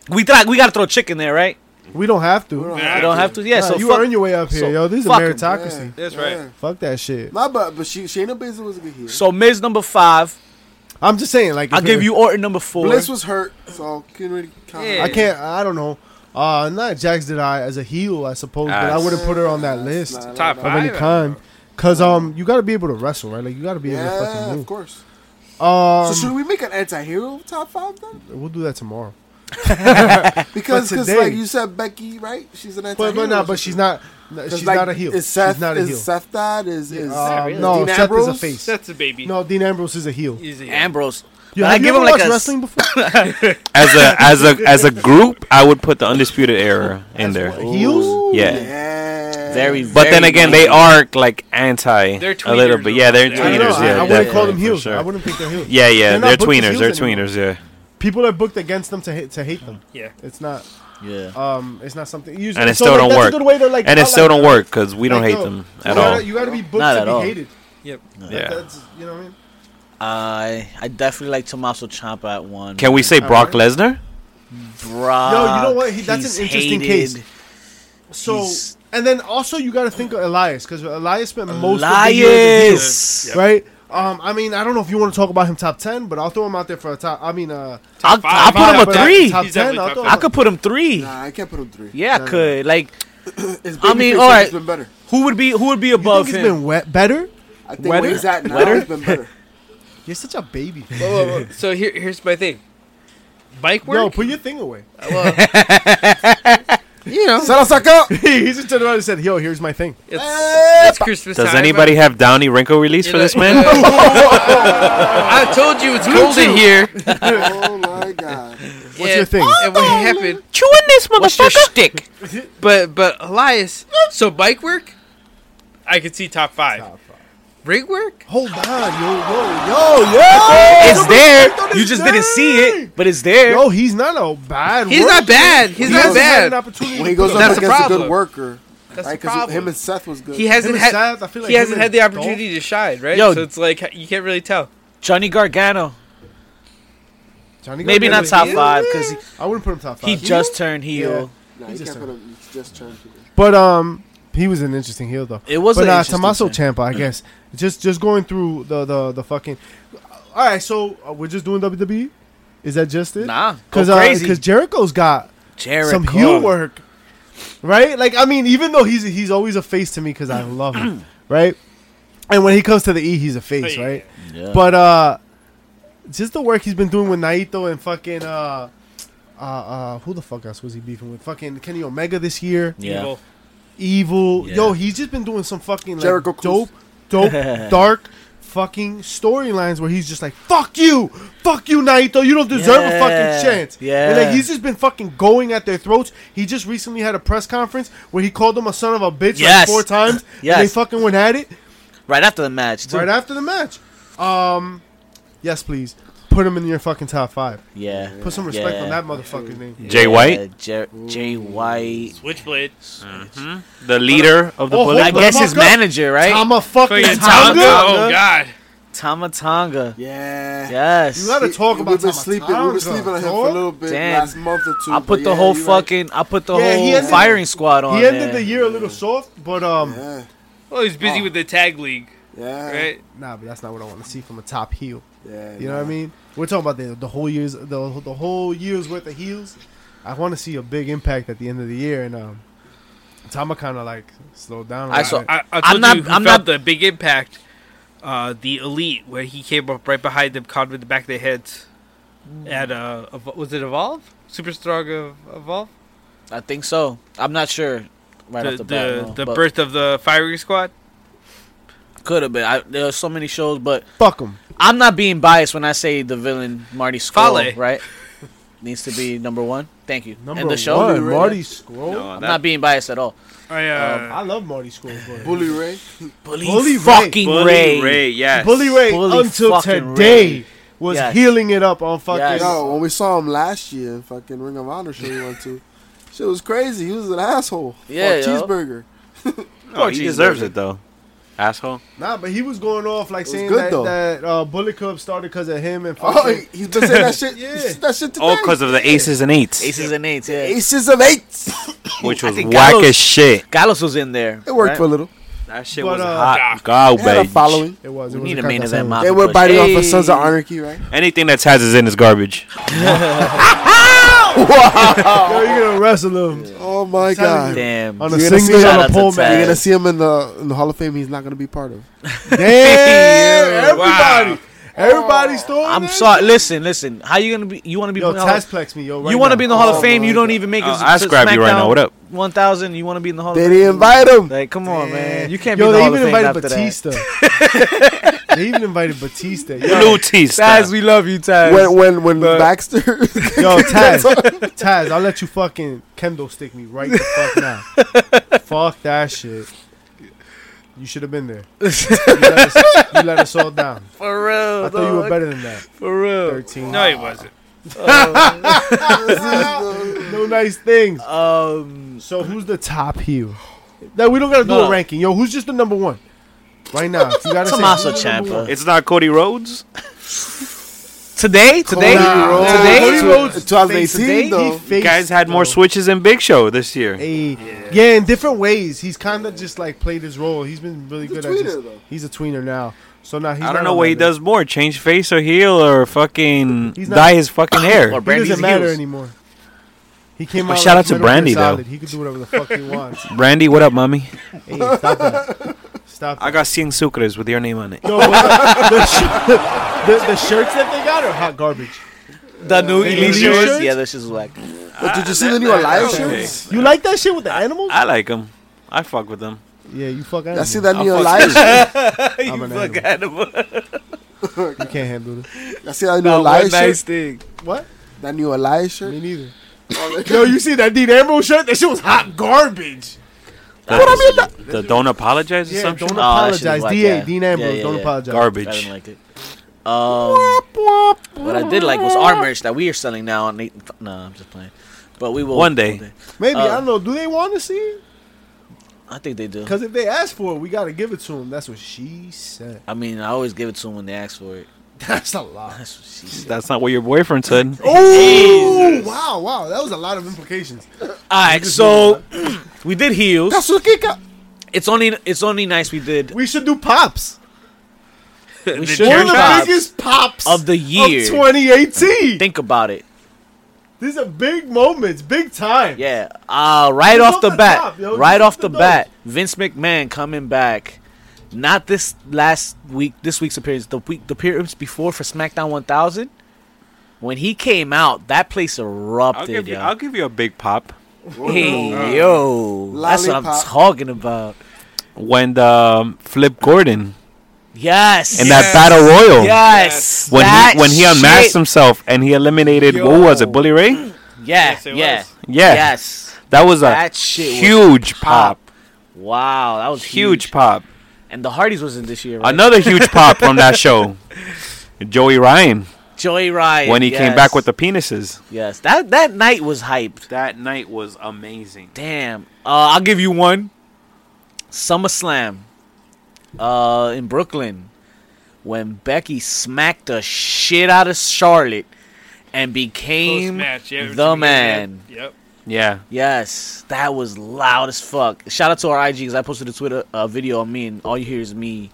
Speaker 2: her.
Speaker 1: We th- we gotta throw chicken there, right?
Speaker 4: We don't have to.
Speaker 6: We don't
Speaker 1: We
Speaker 6: have
Speaker 1: don't have to. Yeah,
Speaker 4: Nah,
Speaker 1: so
Speaker 4: you
Speaker 1: fuck.
Speaker 4: earn your way up here,
Speaker 1: so
Speaker 4: yo. This is a
Speaker 1: fuck 'em.
Speaker 6: to.
Speaker 4: meritocracy.
Speaker 6: Yeah,
Speaker 5: That's
Speaker 6: yeah.
Speaker 5: right.
Speaker 4: Fuck that shit.
Speaker 6: My but but she Shayna Baszler was a good heel.
Speaker 1: So Miz number five.
Speaker 4: I'm just saying, like,
Speaker 1: I'll
Speaker 4: if
Speaker 1: give
Speaker 4: it-
Speaker 1: you Orton number four.
Speaker 6: Bliss was hurt, so couldn't really count. her.
Speaker 5: Yeah.
Speaker 4: I can't. I don't know. Uh, not Jax did I as a heel, I suppose, but I
Speaker 2: Ass.
Speaker 4: wouldn't put her on that
Speaker 6: Nah,
Speaker 4: list
Speaker 6: nah, nah,
Speaker 5: Top
Speaker 6: nah.
Speaker 4: of any
Speaker 5: Five, I
Speaker 4: kind. Cause um, you gotta be able to wrestle, right? Like you gotta be able to
Speaker 6: Yeah,
Speaker 4: fucking
Speaker 6: of
Speaker 4: move.
Speaker 6: course.
Speaker 4: Um,
Speaker 6: so should we make an anti-hero top five then?
Speaker 4: we'll do that tomorrow.
Speaker 6: Because
Speaker 4: But
Speaker 6: cause
Speaker 4: today-
Speaker 6: like you said, Becky, right? She's an anti-hero.
Speaker 4: But but no, but she's not. no, She's
Speaker 6: like,
Speaker 4: not a heel.
Speaker 6: Is Seth,
Speaker 4: she's not a heel.
Speaker 6: Is Seth that? Is, is
Speaker 4: Uh,
Speaker 5: really.
Speaker 4: No,
Speaker 6: Dean
Speaker 4: Seth is
Speaker 6: Ambrose?
Speaker 4: a face.
Speaker 5: That's a baby.
Speaker 4: No, Dean Ambrose is a heel.
Speaker 5: He's a heel.
Speaker 1: Ambrose.
Speaker 4: Yeah,
Speaker 1: I
Speaker 4: have you
Speaker 1: give him
Speaker 4: ever
Speaker 1: like
Speaker 4: watched
Speaker 1: a s-
Speaker 4: wrestling before.
Speaker 2: As a as a as a group, I would put the undisputed era in there.
Speaker 4: Heels?
Speaker 2: Yeah.
Speaker 6: Yeah.
Speaker 1: Very.
Speaker 2: But then
Speaker 1: very
Speaker 2: again,
Speaker 1: nice.
Speaker 2: they are like anti
Speaker 5: They're
Speaker 2: a little
Speaker 5: tweeners
Speaker 2: bit. Yeah, they're
Speaker 5: though.
Speaker 4: I, don't know,
Speaker 2: tweeners.
Speaker 4: I, I
Speaker 2: Yeah,
Speaker 4: wouldn't call them
Speaker 2: definitely, for
Speaker 4: heels.
Speaker 2: sure.
Speaker 4: I wouldn't think they're heels.
Speaker 2: Yeah, yeah,
Speaker 4: They're
Speaker 2: they're,
Speaker 4: not booked as
Speaker 2: tweeners. They're
Speaker 4: heels anymore.
Speaker 2: tweeners. Yeah,
Speaker 4: People are booked against them to hate, to hate them.
Speaker 5: Yeah.
Speaker 4: It's not.
Speaker 1: Yeah.
Speaker 4: Um, it's not something. Usually,
Speaker 2: And it
Speaker 4: so,
Speaker 2: still
Speaker 4: like,
Speaker 2: don't
Speaker 4: that's
Speaker 2: work.
Speaker 4: A good way to, like,
Speaker 2: and it
Speaker 4: outline
Speaker 2: still don't work because we don't
Speaker 4: Like,
Speaker 2: hate
Speaker 4: yo,
Speaker 2: them
Speaker 4: you
Speaker 2: at
Speaker 4: gotta-
Speaker 2: all.
Speaker 4: You gotta be booked
Speaker 1: Not
Speaker 4: to
Speaker 1: at
Speaker 4: be
Speaker 1: all.
Speaker 4: hated.
Speaker 5: Yep.
Speaker 4: Like,
Speaker 2: Yeah.
Speaker 4: that's- you know what I mean?
Speaker 1: I I definitely like Tommaso Ciampa at one.
Speaker 2: Can we say
Speaker 4: All
Speaker 2: Brock
Speaker 4: right.
Speaker 2: Lesnar?
Speaker 1: Brock,
Speaker 4: No, you know what? He- that's an
Speaker 1: he's
Speaker 4: interesting
Speaker 1: hated.
Speaker 4: case. So,
Speaker 1: He's-
Speaker 4: and then also you gotta think of Elias because Elias spent most of the year as a heel.
Speaker 1: Elias.
Speaker 5: Yep.
Speaker 4: right? Um, I mean, I don't know if you want to talk about him top ten, but I'll throw him out there for a top. I mean, uh,
Speaker 1: I'll,
Speaker 5: five.
Speaker 1: I'll
Speaker 4: but-
Speaker 1: put him a
Speaker 4: but
Speaker 1: three.
Speaker 4: Top
Speaker 5: He's
Speaker 4: ten,
Speaker 5: definitely
Speaker 4: I'll
Speaker 5: top
Speaker 4: throw
Speaker 5: ten.
Speaker 1: I
Speaker 4: him.
Speaker 1: could put him three.
Speaker 6: Nah, I can't put him three.
Speaker 1: Yeah, I could. Like,
Speaker 6: It's
Speaker 1: I mean,
Speaker 6: babyface,
Speaker 1: all
Speaker 6: it's
Speaker 1: right.
Speaker 6: been better.
Speaker 1: who would be who would be
Speaker 4: You
Speaker 1: above
Speaker 4: think he's
Speaker 1: him?
Speaker 4: been wet better?
Speaker 6: I think
Speaker 1: Wetter?
Speaker 6: where he's at now,
Speaker 1: Wetter?
Speaker 6: it's been better.
Speaker 4: You're such a baby.
Speaker 5: Whoa, whoa, whoa. So here, here's my thing. Bike work.
Speaker 4: no, put your thing away.
Speaker 5: you know,
Speaker 6: Shut up, up.
Speaker 4: he just turned around and said, "Yo, here's my thing."
Speaker 5: it's, it's Christmas
Speaker 2: Does
Speaker 5: time.
Speaker 2: anybody have Downey Wrinkle release
Speaker 5: You
Speaker 2: for
Speaker 5: know-
Speaker 2: this man?
Speaker 5: I told you it's cold in here.
Speaker 6: Oh my god.
Speaker 5: What's
Speaker 4: your thing?
Speaker 5: And what happened?
Speaker 2: Chewing this
Speaker 5: What's your stick? But but Elias. So bike work. I could see top five. Rig work.
Speaker 4: Hold on, yo, yo,
Speaker 6: Yo, yo!
Speaker 1: It's there. You just didn't see it, but it's there.
Speaker 4: yo. He's not a bad.
Speaker 5: He's not
Speaker 4: worker.
Speaker 5: bad. He's
Speaker 4: He
Speaker 5: not
Speaker 4: hasn't had an
Speaker 5: bad.
Speaker 4: opportunity
Speaker 6: When he
Speaker 4: to
Speaker 6: goes
Speaker 4: put
Speaker 6: up
Speaker 5: That's the
Speaker 6: against a good
Speaker 5: problem.
Speaker 6: worker,
Speaker 5: That's
Speaker 6: right?
Speaker 5: the
Speaker 6: Because
Speaker 5: problem.
Speaker 6: him and Seth was good.
Speaker 5: he
Speaker 4: Him
Speaker 5: hasn't
Speaker 4: and
Speaker 5: had.
Speaker 4: Seth, I feel like
Speaker 5: He
Speaker 4: him
Speaker 5: hasn't
Speaker 4: and
Speaker 5: had the
Speaker 4: Dolph-
Speaker 5: opportunity to shine, right?
Speaker 1: Yo.
Speaker 5: so it's like you can't really tell.
Speaker 1: Johnny Gargano,
Speaker 4: Johnny
Speaker 1: maybe
Speaker 4: Gargano
Speaker 1: not top
Speaker 4: is-
Speaker 1: five because
Speaker 4: I wouldn't put him top
Speaker 1: he, he
Speaker 4: five.
Speaker 1: just turned heel.
Speaker 6: Nah,
Speaker 4: He
Speaker 6: you
Speaker 4: just
Speaker 6: can't put
Speaker 4: turned-
Speaker 6: him. he just turned heel.
Speaker 4: but um, he was an interesting heel though.
Speaker 1: It was
Speaker 4: but
Speaker 1: an
Speaker 4: uh,
Speaker 1: interesting
Speaker 4: Tommaso
Speaker 1: turn.
Speaker 4: Champa, I guess. Just just going through the the the fucking. All right, so uh, we're just doing WWE. Is that just it?
Speaker 1: Nah,
Speaker 4: because
Speaker 1: go Oh, crazy.
Speaker 4: because Jericho's got
Speaker 1: Jericho.
Speaker 4: uh, some heel work, right? Like I mean, even though he's he's always a face to me because I love him, right? And when he comes to the E, he's a face,
Speaker 5: yeah.
Speaker 4: right?
Speaker 1: Yeah.
Speaker 4: But uh just the work he's been doing with Naito and fucking uh, uh, uh, who the fuck else was he beefing with? Fucking Kenny Omega this year.
Speaker 1: Yeah.
Speaker 5: Evil.
Speaker 4: Evil.
Speaker 1: Yeah.
Speaker 4: Yo, he's just been doing some fucking like,
Speaker 6: Jericho Cruz.
Speaker 4: dope, dope, dark fucking storylines where he's just like, fuck you, fuck you, Naito, you don't deserve a
Speaker 1: Yeah.
Speaker 4: fucking chance.
Speaker 1: Yeah.
Speaker 4: And like, he's just been fucking going at their throats. He just recently had a press conference where he called them a son of a bitch
Speaker 1: Yes.
Speaker 4: like four times. And
Speaker 1: Yes.
Speaker 4: they fucking went at it
Speaker 1: Right after the match, too.
Speaker 4: right after the match. Um, yes, please. Put him in your fucking top five.
Speaker 1: yeah.
Speaker 4: Put some respect
Speaker 1: Yeah.
Speaker 4: on that motherfucker's name.
Speaker 2: Jay White,
Speaker 1: Yeah, Jer- Jay White.
Speaker 5: Switchblade.
Speaker 1: Uh,
Speaker 2: the leader of the
Speaker 4: Oh,
Speaker 2: Bullet
Speaker 1: I
Speaker 4: hold
Speaker 2: Club.
Speaker 4: the
Speaker 1: guess
Speaker 4: fuck
Speaker 1: his
Speaker 4: up.
Speaker 1: manager, right?
Speaker 4: Tama fucking
Speaker 5: Fucking
Speaker 1: Tonga?
Speaker 5: Tonga. Oh
Speaker 4: Tonga.
Speaker 5: God.
Speaker 1: Tama Tonga.
Speaker 6: Yeah.
Speaker 1: Yes.
Speaker 4: You gotta talk
Speaker 6: We-
Speaker 4: about
Speaker 6: We've been
Speaker 4: Tama
Speaker 6: sleeping. We've
Speaker 4: Tonga,
Speaker 6: been sleeping on him for
Speaker 4: dog.
Speaker 6: a little bit
Speaker 1: Damn.
Speaker 6: last month or two.
Speaker 1: I
Speaker 6: but
Speaker 1: put the
Speaker 6: yeah,
Speaker 1: whole
Speaker 6: you're right.
Speaker 1: fucking, I put the
Speaker 4: Yeah, he
Speaker 1: whole
Speaker 4: ended-
Speaker 1: firing squad on
Speaker 4: He ended
Speaker 1: there.
Speaker 4: the year a little soft, but um,
Speaker 6: Yeah.
Speaker 5: Well, he's busy
Speaker 6: Oh.
Speaker 5: with the tag league,
Speaker 6: Yeah.
Speaker 5: right?
Speaker 4: nah, but that's not what I want to see from a top heel.
Speaker 6: Yeah.
Speaker 4: You know what I mean? We're talking about the the whole years the the whole year's worth of heels. I want to see a big impact at the end of the year, and um, Tama kind of like slowed down. a
Speaker 1: I
Speaker 4: lot.
Speaker 1: saw-
Speaker 5: I, I
Speaker 1: I'm
Speaker 5: told
Speaker 1: not-
Speaker 5: you who
Speaker 1: I'm
Speaker 5: felt
Speaker 1: not-
Speaker 5: the big impact. Uh, the elite, where he came up right behind them, caught him in the back of their heads. At uh, Evo- was it Evolve? Super Strong of Evolve?
Speaker 1: I think so. I'm not sure. Right
Speaker 5: the
Speaker 1: off the,
Speaker 5: the,
Speaker 1: bat,
Speaker 5: the birth of the firing squad.
Speaker 1: could have been. I, there are so many shows, but
Speaker 4: fuck him.
Speaker 1: I'm not being biased when I say the villain Marty Skrull,
Speaker 5: Fale.
Speaker 1: right? Needs to be number one. Thank you.
Speaker 4: Number
Speaker 1: End the show.
Speaker 4: one, Marty Scroll.
Speaker 1: I'm not being biased at all.
Speaker 5: I, uh,
Speaker 4: I love Marty Scroll. but-
Speaker 6: Bully Ray.
Speaker 1: Bully,
Speaker 4: Bully Ray.
Speaker 1: fucking Ray.
Speaker 2: Bully Ray, yes.
Speaker 4: Bully Ray
Speaker 1: Bully
Speaker 4: until
Speaker 1: fucking
Speaker 4: today
Speaker 1: Ray.
Speaker 4: was
Speaker 1: Yes.
Speaker 4: healing it up on fucking.
Speaker 1: Yes.
Speaker 6: Yo, when we saw him last year in fucking Ring of Honor show you went to, shit was crazy. He was an asshole.
Speaker 1: Yeah,
Speaker 6: Fuck
Speaker 1: yo.
Speaker 6: cheeseburger.
Speaker 2: Oh, he deserves it though. Asshole.
Speaker 4: Nah, but he was going off like
Speaker 6: was
Speaker 4: saying
Speaker 6: good,
Speaker 4: that,
Speaker 6: though.
Speaker 4: that uh, Bullet Club started because of him and fucking.
Speaker 6: Oh, he, he's been saying that shit.
Speaker 4: Yeah.
Speaker 6: he said that shit today.
Speaker 2: Oh, because of the aces and eights,
Speaker 1: Aces and eights. Yeah.
Speaker 6: aces of eights.
Speaker 2: which
Speaker 1: I
Speaker 2: was
Speaker 1: think
Speaker 2: whack
Speaker 1: Gallows-
Speaker 2: as shit.
Speaker 1: Gallows was in there.
Speaker 6: It worked
Speaker 1: right?
Speaker 6: for a little.
Speaker 2: That shit
Speaker 4: But,
Speaker 2: was
Speaker 4: uh,
Speaker 2: hot
Speaker 6: It had a
Speaker 2: garbage.
Speaker 6: following.
Speaker 4: it was. It
Speaker 1: We
Speaker 4: was
Speaker 1: need
Speaker 4: a
Speaker 1: a main
Speaker 4: caca
Speaker 1: event
Speaker 4: sandwich.
Speaker 1: match.
Speaker 6: They were biting off of Sons of Anarchy, right?
Speaker 2: Anything that's hazardous in is garbage.
Speaker 4: Yo, you're gonna wrestle him
Speaker 6: Oh
Speaker 4: Telling
Speaker 6: my god.
Speaker 4: you.
Speaker 1: Damn.
Speaker 4: on a
Speaker 6: You're gonna
Speaker 4: singlet
Speaker 6: see
Speaker 4: on
Speaker 1: that
Speaker 4: a
Speaker 1: at
Speaker 4: pole
Speaker 1: the
Speaker 4: match.
Speaker 1: time.
Speaker 6: You're gonna see him in the in the Hall of Fame. He's not gonna be part of.
Speaker 4: Damn, everybody,
Speaker 5: Wow.
Speaker 4: everybody's throwing.
Speaker 1: Oh, I'm
Speaker 4: that
Speaker 1: sorry.
Speaker 4: shit.
Speaker 1: Listen, listen. How you gonna be? You want to be?
Speaker 4: Yo,
Speaker 1: in the Hall of-
Speaker 4: Tasplex me, yo. Right
Speaker 1: you want
Speaker 4: now.
Speaker 1: to be in the Hall
Speaker 6: Oh,
Speaker 1: of Fame?
Speaker 6: my
Speaker 1: You don't
Speaker 6: God.
Speaker 1: even make it.
Speaker 2: Oh,
Speaker 1: to-
Speaker 2: I
Speaker 1: to
Speaker 2: grab you right now.
Speaker 1: SmackDown
Speaker 2: What up?
Speaker 1: 1000. You want to be in the Hall
Speaker 6: They
Speaker 1: of
Speaker 6: didn't invite him.
Speaker 1: Like, come on, Oh, man. You can't
Speaker 4: Yo,
Speaker 1: be in
Speaker 4: they
Speaker 1: the Hall of
Speaker 4: even
Speaker 1: Fame after
Speaker 4: invited
Speaker 1: that.
Speaker 4: Batista. they even invited Batista. Yo,
Speaker 2: Blue teeth.
Speaker 1: Taz, we love you, Taz.
Speaker 6: When when when
Speaker 1: But-
Speaker 6: Baxter.
Speaker 4: Yo, Taz, Taz, I'll let you fucking kendo stick me right the fuck now. fuck that shit. You should have been there. You let, us, you let us all down.
Speaker 1: For real,
Speaker 4: I thought you were better than that.
Speaker 1: For real.
Speaker 4: 13.
Speaker 5: no, he wasn't.
Speaker 4: No nice things.
Speaker 1: Um,
Speaker 4: So who's the top heel? That we don't gotta do
Speaker 1: No.
Speaker 4: a ranking. Yo, who's just the number one? Right now, if you gotta say
Speaker 1: Tommaso
Speaker 4: who's the number
Speaker 1: Ciampa.
Speaker 4: one.
Speaker 2: It's not Cody Rhodes.
Speaker 1: today, today,
Speaker 6: Rhodes.
Speaker 1: today.
Speaker 6: Cody Rhodes. 2018
Speaker 1: Today?
Speaker 6: though.
Speaker 4: He faced,
Speaker 2: Guys had more
Speaker 4: though,
Speaker 2: switches than Big Show this year.
Speaker 4: a- yeah. in different ways. He's kind of just like played his role. He's been really
Speaker 6: He's a
Speaker 4: good
Speaker 6: tweener,
Speaker 4: at just,
Speaker 6: though.
Speaker 4: He's a tweener now. So now he's
Speaker 2: I
Speaker 4: not
Speaker 2: don't know
Speaker 4: on
Speaker 2: what
Speaker 4: that
Speaker 2: he
Speaker 4: list.
Speaker 2: does more: change face or heel, or fucking
Speaker 4: He's not-
Speaker 2: dye his fucking
Speaker 1: Or
Speaker 2: hair.
Speaker 4: It
Speaker 1: Brandy's
Speaker 4: doesn't matter
Speaker 1: heels.
Speaker 4: anymore. He came
Speaker 2: Well,
Speaker 4: out.
Speaker 2: shout
Speaker 4: like
Speaker 2: out to
Speaker 4: Metal Gear
Speaker 2: Brandy, though.
Speaker 4: Solid. He could do whatever the fuck he wants.
Speaker 2: Brandy, what up, mommy?
Speaker 4: hey, stop that. Stop.
Speaker 2: I
Speaker 4: That.
Speaker 2: got 100 sucres with your name on it.
Speaker 4: Yo, but the, the, sh- the, the shirts that they got are hot garbage.
Speaker 1: The new
Speaker 4: Elite
Speaker 1: Elite
Speaker 4: shirts?
Speaker 1: Yeah, this is whack.
Speaker 6: But did you see the new Elias shirts?
Speaker 4: You like that shit with the animals?
Speaker 2: I like them. I fuck with them.
Speaker 4: Yeah, you fuck
Speaker 6: I
Speaker 4: animals.
Speaker 6: see that new
Speaker 2: fuck
Speaker 6: Elias shirt.
Speaker 4: I'm an animal. You can't handle this.
Speaker 6: I see that new Elias shirt.
Speaker 1: thing.
Speaker 4: What?
Speaker 6: That new Elias
Speaker 4: Me
Speaker 6: shirt.
Speaker 4: neither. Yo, you see that Dean Ambrose shirt? That shit was hot garbage.
Speaker 2: The don't apologize or
Speaker 4: Yeah,
Speaker 2: something.
Speaker 4: don't
Speaker 1: Oh, that shit
Speaker 4: apologize.
Speaker 1: is whack,
Speaker 4: DA,
Speaker 1: yeah.
Speaker 4: Dean Ambrose,
Speaker 1: Yeah, yeah,
Speaker 4: don't
Speaker 1: yeah.
Speaker 4: apologize.
Speaker 1: I didn't
Speaker 2: Garbage.
Speaker 1: like it. Um, what I did like was our merch that we are selling now. On Nate, no, I'm just playing. But we will
Speaker 2: One day.
Speaker 4: Maybe,
Speaker 1: Uh,
Speaker 4: I don't know. Do they want to see it?
Speaker 1: I think they do.
Speaker 4: Because if they ask for it, we got to give it to them. That's what she said.
Speaker 1: I mean, I always give it to them when they ask for it.
Speaker 4: That's a lot.
Speaker 1: That's what she said.
Speaker 2: That's not what your boyfriend said.
Speaker 4: Oh, wow, wow. That was a lot of implications.
Speaker 1: All right, so we did heels.
Speaker 4: Kasuke,
Speaker 1: It's only it's only nice we did
Speaker 4: we should do pops.
Speaker 1: we
Speaker 5: The
Speaker 1: should
Speaker 4: One
Speaker 5: Jerry
Speaker 4: of the
Speaker 1: pops
Speaker 4: biggest pops
Speaker 1: of the year.
Speaker 4: of 2018.
Speaker 1: Think about it.
Speaker 4: These are big moments, big time.
Speaker 1: Yeah. Uh, right
Speaker 4: Just
Speaker 1: off
Speaker 4: off
Speaker 1: the
Speaker 4: the
Speaker 1: bat,
Speaker 4: top, yo.
Speaker 1: right
Speaker 4: Just
Speaker 1: off
Speaker 4: off
Speaker 1: the
Speaker 4: the
Speaker 1: bat, Vince McMahon coming back not this last week, this week's appearance, the week, the appearance before for SmackDown 1000. When he came out, that place
Speaker 2: I'll
Speaker 1: erupted,
Speaker 2: give you.
Speaker 1: yo.
Speaker 2: I'll give you a big pop. uh,
Speaker 1: hey, yo, that's what I'm
Speaker 6: Lollipop.
Speaker 1: talking about.
Speaker 2: When the um, Flip Gordon
Speaker 1: Yes,
Speaker 2: in
Speaker 5: Yes.
Speaker 2: that battle royal.
Speaker 1: yes,
Speaker 2: When
Speaker 1: that
Speaker 2: he when he unmasked
Speaker 1: shit.
Speaker 2: himself and he eliminated what was it, Bully Ray? Yeah,
Speaker 1: yeah,
Speaker 5: Yes, it
Speaker 1: yeah,
Speaker 5: was.
Speaker 1: yes.
Speaker 2: that was a
Speaker 1: That shit was
Speaker 2: huge pop,
Speaker 1: Wow, that was
Speaker 2: huge,
Speaker 1: huge.
Speaker 2: pop.
Speaker 1: And the Hardys wasn't this year. Right?
Speaker 2: Another huge pop from that show. Joey Ryan
Speaker 1: Joey Ryan
Speaker 2: when he came
Speaker 1: yes.
Speaker 2: back with the penises.
Speaker 1: yes, that that night was hyped.
Speaker 2: That night was amazing.
Speaker 1: Damn. Uh, I'll give you one. SummerSlam. Uh, in Brooklyn, when Becky smacked the shit out of Charlotte and became
Speaker 5: Post-match, yeah, it was
Speaker 1: the
Speaker 5: amazing.
Speaker 1: man.
Speaker 5: Yep.
Speaker 2: Yeah,
Speaker 1: Yes, that was loud as fuck. Shout out to our IG because I posted a Twitter uh, video on me, and all you hear is me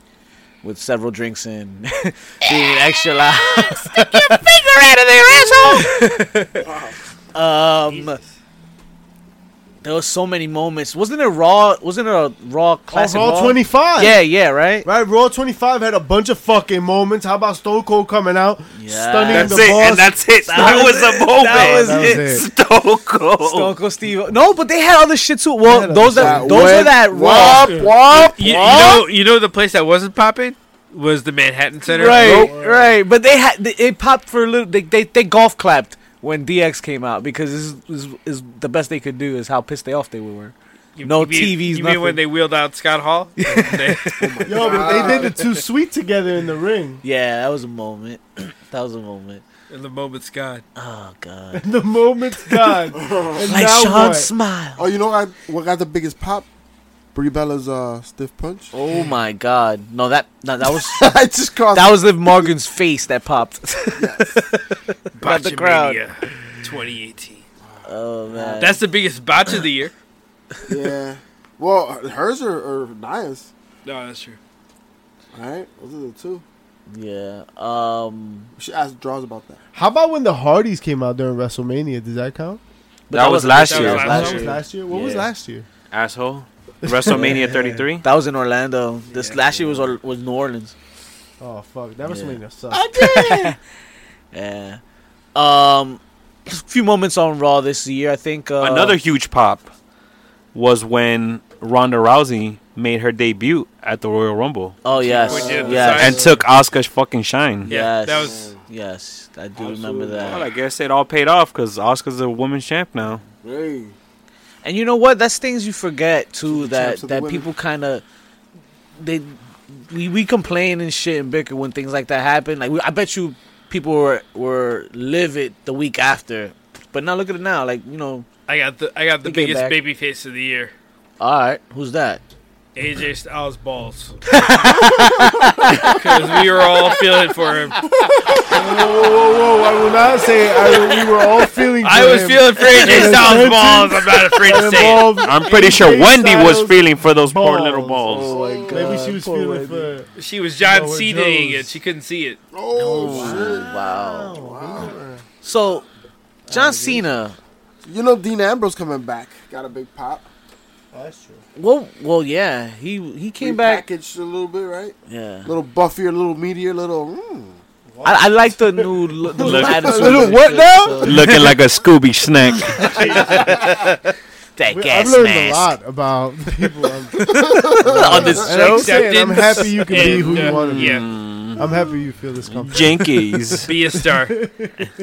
Speaker 1: with several drinks and being extra loud. Stick your finger out of there, asshole! um, there was so many moments. Wasn't it Raw? Wasn't it a Raw classic?
Speaker 4: Oh, Raw
Speaker 1: Raw?
Speaker 4: 25.
Speaker 1: Yeah, yeah, right.
Speaker 4: Right, Raw 25 had a bunch of fucking moments. How about Stone Cold coming out,
Speaker 1: Yeah.
Speaker 4: stunning
Speaker 1: That's
Speaker 4: the boss?
Speaker 2: that's it. That, was a moment. That
Speaker 4: was it.
Speaker 2: Stone
Speaker 5: Oh,
Speaker 2: Cold.
Speaker 1: Stone Cold Steve. No, but they had other shit too. Well,
Speaker 4: had
Speaker 1: those
Speaker 6: other
Speaker 1: that
Speaker 6: shit.
Speaker 1: those
Speaker 6: That
Speaker 1: are that
Speaker 6: went
Speaker 1: Raw.
Speaker 5: You, you know, you know the place that wasn't popping was the Manhattan Center.
Speaker 1: Right, right. But they had they, it popped for a little. They, they they golf clapped when DX came out because this is, is, is the best they could do is how pissed they off they were.
Speaker 5: You-
Speaker 1: No
Speaker 5: you mean-
Speaker 1: TVs,
Speaker 5: You mean when
Speaker 1: nothing.
Speaker 5: they wheeled out Scott Hall? They-
Speaker 4: Yo, but they did the two sweet together in the ring.
Speaker 1: Yeah, that was a moment. that was a moment.
Speaker 5: and the moment's gone.
Speaker 1: Oh god.
Speaker 4: The moment's gone. And
Speaker 1: Like
Speaker 4: now
Speaker 1: Sean
Speaker 4: what?
Speaker 1: Smile.
Speaker 6: Oh, you know what, what got the biggest pop? Brie Bella's uh, stiff punch.
Speaker 1: Oh my god. No, that no, that was
Speaker 6: I just crossed.
Speaker 1: that was Liv Morgan's face that popped. Got the crowd.
Speaker 5: Botchamania 2018.
Speaker 1: Oh man.
Speaker 5: That's the biggest botch of the year.
Speaker 6: yeah. Well, hers or, or Nia's,
Speaker 5: No, that's true.
Speaker 6: right? Those are the two.
Speaker 1: yeah. Um
Speaker 6: We should ask Draws about that.
Speaker 4: How about when the Hardys came out during WrestleMania? Does that count?
Speaker 1: but
Speaker 2: That was last
Speaker 5: year.
Speaker 1: That was
Speaker 5: That
Speaker 1: last
Speaker 4: was
Speaker 1: year.
Speaker 4: last year. What was
Speaker 1: Yeah.
Speaker 4: last year?
Speaker 2: Asshole. WrestleMania 33.
Speaker 1: That was in Orlando. This last year was Or- was New Orleans.
Speaker 4: Oh fuck, that
Speaker 1: Yeah.
Speaker 4: WrestleMania sucked.
Speaker 1: Yeah. Um, a few moments on Raw this year, I think. Uh,
Speaker 2: Another huge pop was when Ronda Rousey made her debut at the Royal Rumble
Speaker 1: Oh yes,
Speaker 5: We did the
Speaker 1: yes,
Speaker 2: and took Oscar's fucking shine.
Speaker 5: Yeah,
Speaker 1: Yes.
Speaker 5: that was.
Speaker 1: yes. I do remember
Speaker 2: Well,
Speaker 1: that.
Speaker 2: I guess it all paid off because Oscar's a women's champ now.
Speaker 6: Hey.
Speaker 1: And you know what? That's things you forget too.
Speaker 6: the
Speaker 1: That
Speaker 6: champs of the
Speaker 1: that
Speaker 6: women.
Speaker 1: people kind of they we, we complain and shit and bicker when things like that happen. Like we, I bet you people were were livid the week after, but now look at it now. Like you know,
Speaker 5: I got the I got the
Speaker 1: We came
Speaker 5: biggest
Speaker 1: back.
Speaker 5: baby face of the year.
Speaker 1: all right, who's that?
Speaker 5: AJ Styles balls. Because we were all feeling for him.
Speaker 4: whoa, whoa, whoa! I will not say I, we were all feeling. for
Speaker 5: I was
Speaker 4: him.
Speaker 5: feeling for AJ Styles balls. I'm not afraid to say it.
Speaker 4: Involved-
Speaker 2: I'm pretty sure
Speaker 4: AJ
Speaker 2: Wendy was
Speaker 4: Styles
Speaker 2: feeling for those poor little
Speaker 4: balls.
Speaker 2: balls.
Speaker 1: Oh my
Speaker 4: Maybe she was feeling for.
Speaker 5: She was John
Speaker 4: Noah
Speaker 5: Cenaing
Speaker 4: Jones.
Speaker 5: it. She couldn't see it.
Speaker 6: Oh,
Speaker 1: Wow. So, John Cena.
Speaker 6: shit. You know, Dean Ambrose coming back. Got a big pop.
Speaker 4: That's true.
Speaker 1: Well, well, yeah. He he came back.
Speaker 6: Packaged a little bit, right?
Speaker 1: Yeah,
Speaker 6: little buffier, little meatier, little. Mm.
Speaker 1: I, I like the new lo- the
Speaker 2: Look.
Speaker 1: little attitude.
Speaker 4: Little
Speaker 1: and
Speaker 4: what
Speaker 1: shit,
Speaker 4: now?
Speaker 1: so-
Speaker 2: Looking like a Scooby snack.
Speaker 1: That
Speaker 4: I've
Speaker 1: gas
Speaker 4: learned a
Speaker 1: mask
Speaker 4: lot about people on,
Speaker 1: on this
Speaker 4: and I'm,
Speaker 1: show.
Speaker 4: saying, I'm
Speaker 5: Acceptance
Speaker 4: happy you can be who you
Speaker 5: and, uh,
Speaker 4: want to be.
Speaker 5: yeah.
Speaker 2: Mm.
Speaker 4: I'm happy you feel this comfortable.
Speaker 2: Jinkies.
Speaker 5: Be a star.
Speaker 1: Don't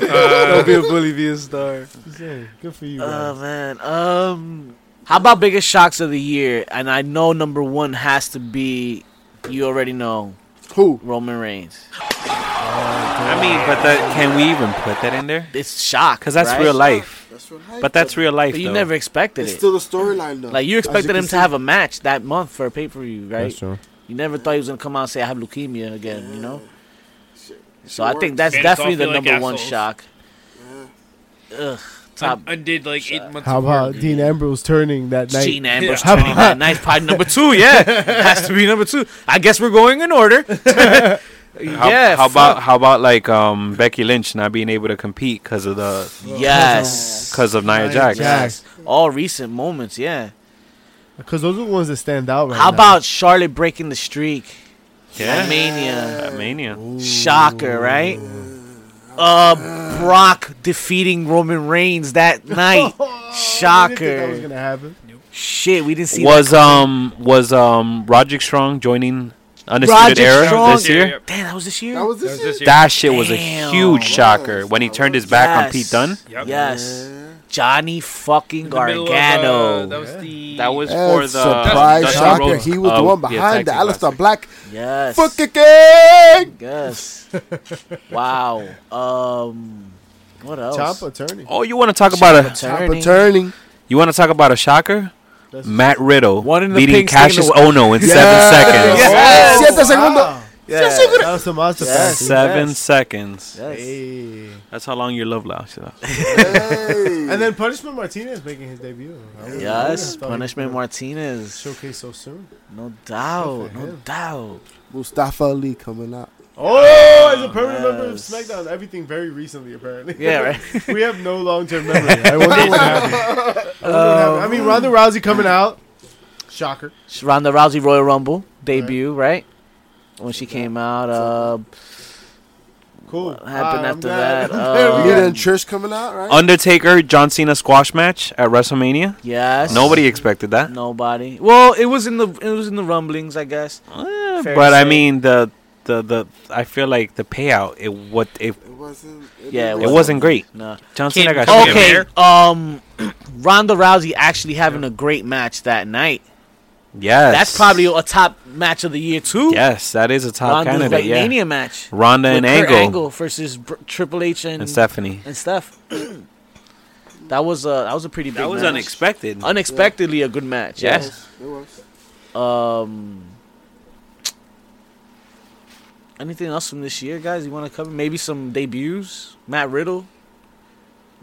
Speaker 5: Uh,
Speaker 1: be a bully, be a star.
Speaker 4: Yeah, Good for you.
Speaker 1: Oh
Speaker 4: man.
Speaker 1: man. Um, how about biggest shocks of the year? And I know number one has to be. You already know
Speaker 6: Who?
Speaker 1: Roman Reigns.
Speaker 2: I mean, but that, can we even put that in there?
Speaker 1: It's shock
Speaker 2: Because that's
Speaker 1: right?
Speaker 2: real life.
Speaker 6: That's what I
Speaker 2: But that's real life.
Speaker 1: But you
Speaker 2: though.
Speaker 1: never expected
Speaker 6: It's
Speaker 1: it.
Speaker 6: still the storyline, though.
Speaker 1: Like you
Speaker 6: As
Speaker 1: expected
Speaker 6: can
Speaker 1: him
Speaker 6: see.
Speaker 1: to have a match that month for a pay per view, right?
Speaker 4: That's true.
Speaker 1: You never thought he was gonna come out and say I have leukemia again, you know.
Speaker 6: Shit.
Speaker 1: So
Speaker 6: It
Speaker 1: I think
Speaker 6: works.
Speaker 1: that's
Speaker 5: Man, it's all
Speaker 1: definitely the
Speaker 5: feel like
Speaker 1: number one
Speaker 5: assholes.
Speaker 1: shock. Ugh, top
Speaker 5: un- undid like eight months
Speaker 4: How
Speaker 5: of work.
Speaker 4: about Dean Ambrose turning that night?
Speaker 1: Gene Ambrose
Speaker 5: Yeah.
Speaker 1: turning that nice pod number two. Yeah, has to be number two. I guess we're going in order.
Speaker 2: How,
Speaker 1: yeah.
Speaker 2: how
Speaker 1: fuck.
Speaker 2: about how about like um, Becky Lynch not being able to compete because of the
Speaker 1: yes?
Speaker 2: because of Nia Jax?
Speaker 4: Jax.
Speaker 1: All recent moments. Yeah.
Speaker 4: Because those are the ones that stand out right
Speaker 1: How
Speaker 4: now.
Speaker 1: about Charlotte breaking the streak?
Speaker 2: Yeah.
Speaker 1: At Mania.
Speaker 2: At Mania.
Speaker 1: Shocker, right? Uh, Brock defeating Roman Reigns that
Speaker 4: Oh,
Speaker 1: night.
Speaker 4: I didn't think that was
Speaker 1: Shocker.
Speaker 4: gonna happen.
Speaker 1: Shit, we didn't see that.
Speaker 2: Was um was um Roderick Strong joining
Speaker 1: Roderick
Speaker 2: Undisputed Era
Speaker 1: Strong?
Speaker 2: this year?
Speaker 1: Damn, that was this year.
Speaker 6: That was
Speaker 5: That
Speaker 6: this
Speaker 5: was
Speaker 6: year?
Speaker 5: this year.
Speaker 2: That shit was a
Speaker 1: Damn.
Speaker 2: huge shocker
Speaker 6: Yes,
Speaker 2: when he
Speaker 6: that
Speaker 2: turned
Speaker 6: was.
Speaker 2: his back on
Speaker 1: Yes.
Speaker 2: Pete Dunn.
Speaker 5: Yep.
Speaker 1: Yes,
Speaker 6: Yeah.
Speaker 1: Johnny fucking
Speaker 5: In the middle of, uh,
Speaker 1: Gargano.
Speaker 5: that was the.
Speaker 2: That was
Speaker 6: That's
Speaker 2: for the
Speaker 6: surprise
Speaker 2: Dusty
Speaker 6: shocker.
Speaker 2: Rhodes,
Speaker 6: he was
Speaker 2: uh,
Speaker 6: the one
Speaker 2: yeah,
Speaker 6: behind
Speaker 2: tag
Speaker 6: the
Speaker 2: team
Speaker 6: Alistair
Speaker 2: classic.
Speaker 6: Black
Speaker 1: yes.
Speaker 6: foot kicking.
Speaker 1: Yes. wow. Um. What else?
Speaker 4: Chop attorney.
Speaker 2: Oh, you want to talk about a
Speaker 6: Top
Speaker 1: Turning.
Speaker 6: turning.
Speaker 2: you want to talk about a shocker?
Speaker 4: That's-
Speaker 2: Matt Riddle
Speaker 1: One in the
Speaker 2: beating
Speaker 1: pink, sticking
Speaker 2: Cassius
Speaker 1: to-
Speaker 2: Ono in seven seconds.
Speaker 1: Yeah. Yes.
Speaker 6: Siete segundo.
Speaker 1: Yes.
Speaker 4: That was some monster
Speaker 1: Yes.
Speaker 4: fantasy.
Speaker 2: Seven
Speaker 1: Yes.
Speaker 2: seconds.
Speaker 1: Yes.
Speaker 4: Hey.
Speaker 2: That's how long your love lasts.
Speaker 6: Hey.
Speaker 4: And then Punishment Martinez making his debut. I wouldn't- I
Speaker 1: Yes,
Speaker 4: wouldn't have thought he
Speaker 1: Punishment
Speaker 4: would've
Speaker 1: Martinez.
Speaker 4: Showcased so soon.
Speaker 1: No doubt.
Speaker 4: for
Speaker 1: No
Speaker 4: him.
Speaker 1: doubt.
Speaker 6: Mustafa Ali coming out.
Speaker 4: Oh, as a permanent member of
Speaker 1: Yes.
Speaker 4: SmackDown, everything very recently apparently.
Speaker 1: Yeah, right.
Speaker 4: we have no long-term memory. I wonder what happened. I wonder what
Speaker 1: Um,
Speaker 4: happened. I mean, Ronda Rousey coming out, shocker.
Speaker 1: Ronda Rousey Royal Rumble debut, right? When she came out, uh,
Speaker 4: Cool.
Speaker 1: What happened
Speaker 4: Ah, I'm
Speaker 1: after
Speaker 4: glad-
Speaker 1: that?
Speaker 4: I'm glad we
Speaker 1: Um,
Speaker 4: got-
Speaker 6: Lita and Trish coming out, right?
Speaker 2: Undertaker John Cena squash match at WrestleMania.
Speaker 1: yes.
Speaker 2: Nobody expected that.
Speaker 1: Nobody. Well, it was in the it was in the rumblings, I guess.
Speaker 2: Eh,
Speaker 1: Fair
Speaker 2: but
Speaker 1: to
Speaker 2: I
Speaker 1: say.
Speaker 2: mean the the the I feel like the payout it what it,
Speaker 6: It wasn't.
Speaker 1: Yeah,
Speaker 6: didn't
Speaker 2: it
Speaker 1: Wasn't-
Speaker 6: work.
Speaker 2: wasn't great.
Speaker 1: No.
Speaker 2: John
Speaker 5: Kid-
Speaker 2: Cena got
Speaker 5: Come
Speaker 2: shit.
Speaker 5: here,
Speaker 1: Okay.
Speaker 5: Mayor.
Speaker 1: Um, Ronda Rousey actually having a great match that night.
Speaker 2: Yes.
Speaker 1: That's probably a top match of the year too.
Speaker 2: Yes, that is a top
Speaker 1: Ronda's
Speaker 2: candidate.
Speaker 1: like
Speaker 2: Yeah.
Speaker 1: Mania match.
Speaker 2: Ronda and
Speaker 1: With Kurt
Speaker 2: Angle,
Speaker 1: versus Br- Triple H and,
Speaker 2: and Stephanie.
Speaker 1: and Steph. that was a that was a pretty big.
Speaker 2: That was
Speaker 1: match.
Speaker 2: unexpected.
Speaker 1: Unexpectedly a good match.
Speaker 2: Yeah.
Speaker 1: Yeah.
Speaker 6: It was. It was.
Speaker 1: Um. Anything else from this year, guys? You want to cover? Maybe some debuts. Matt Riddle.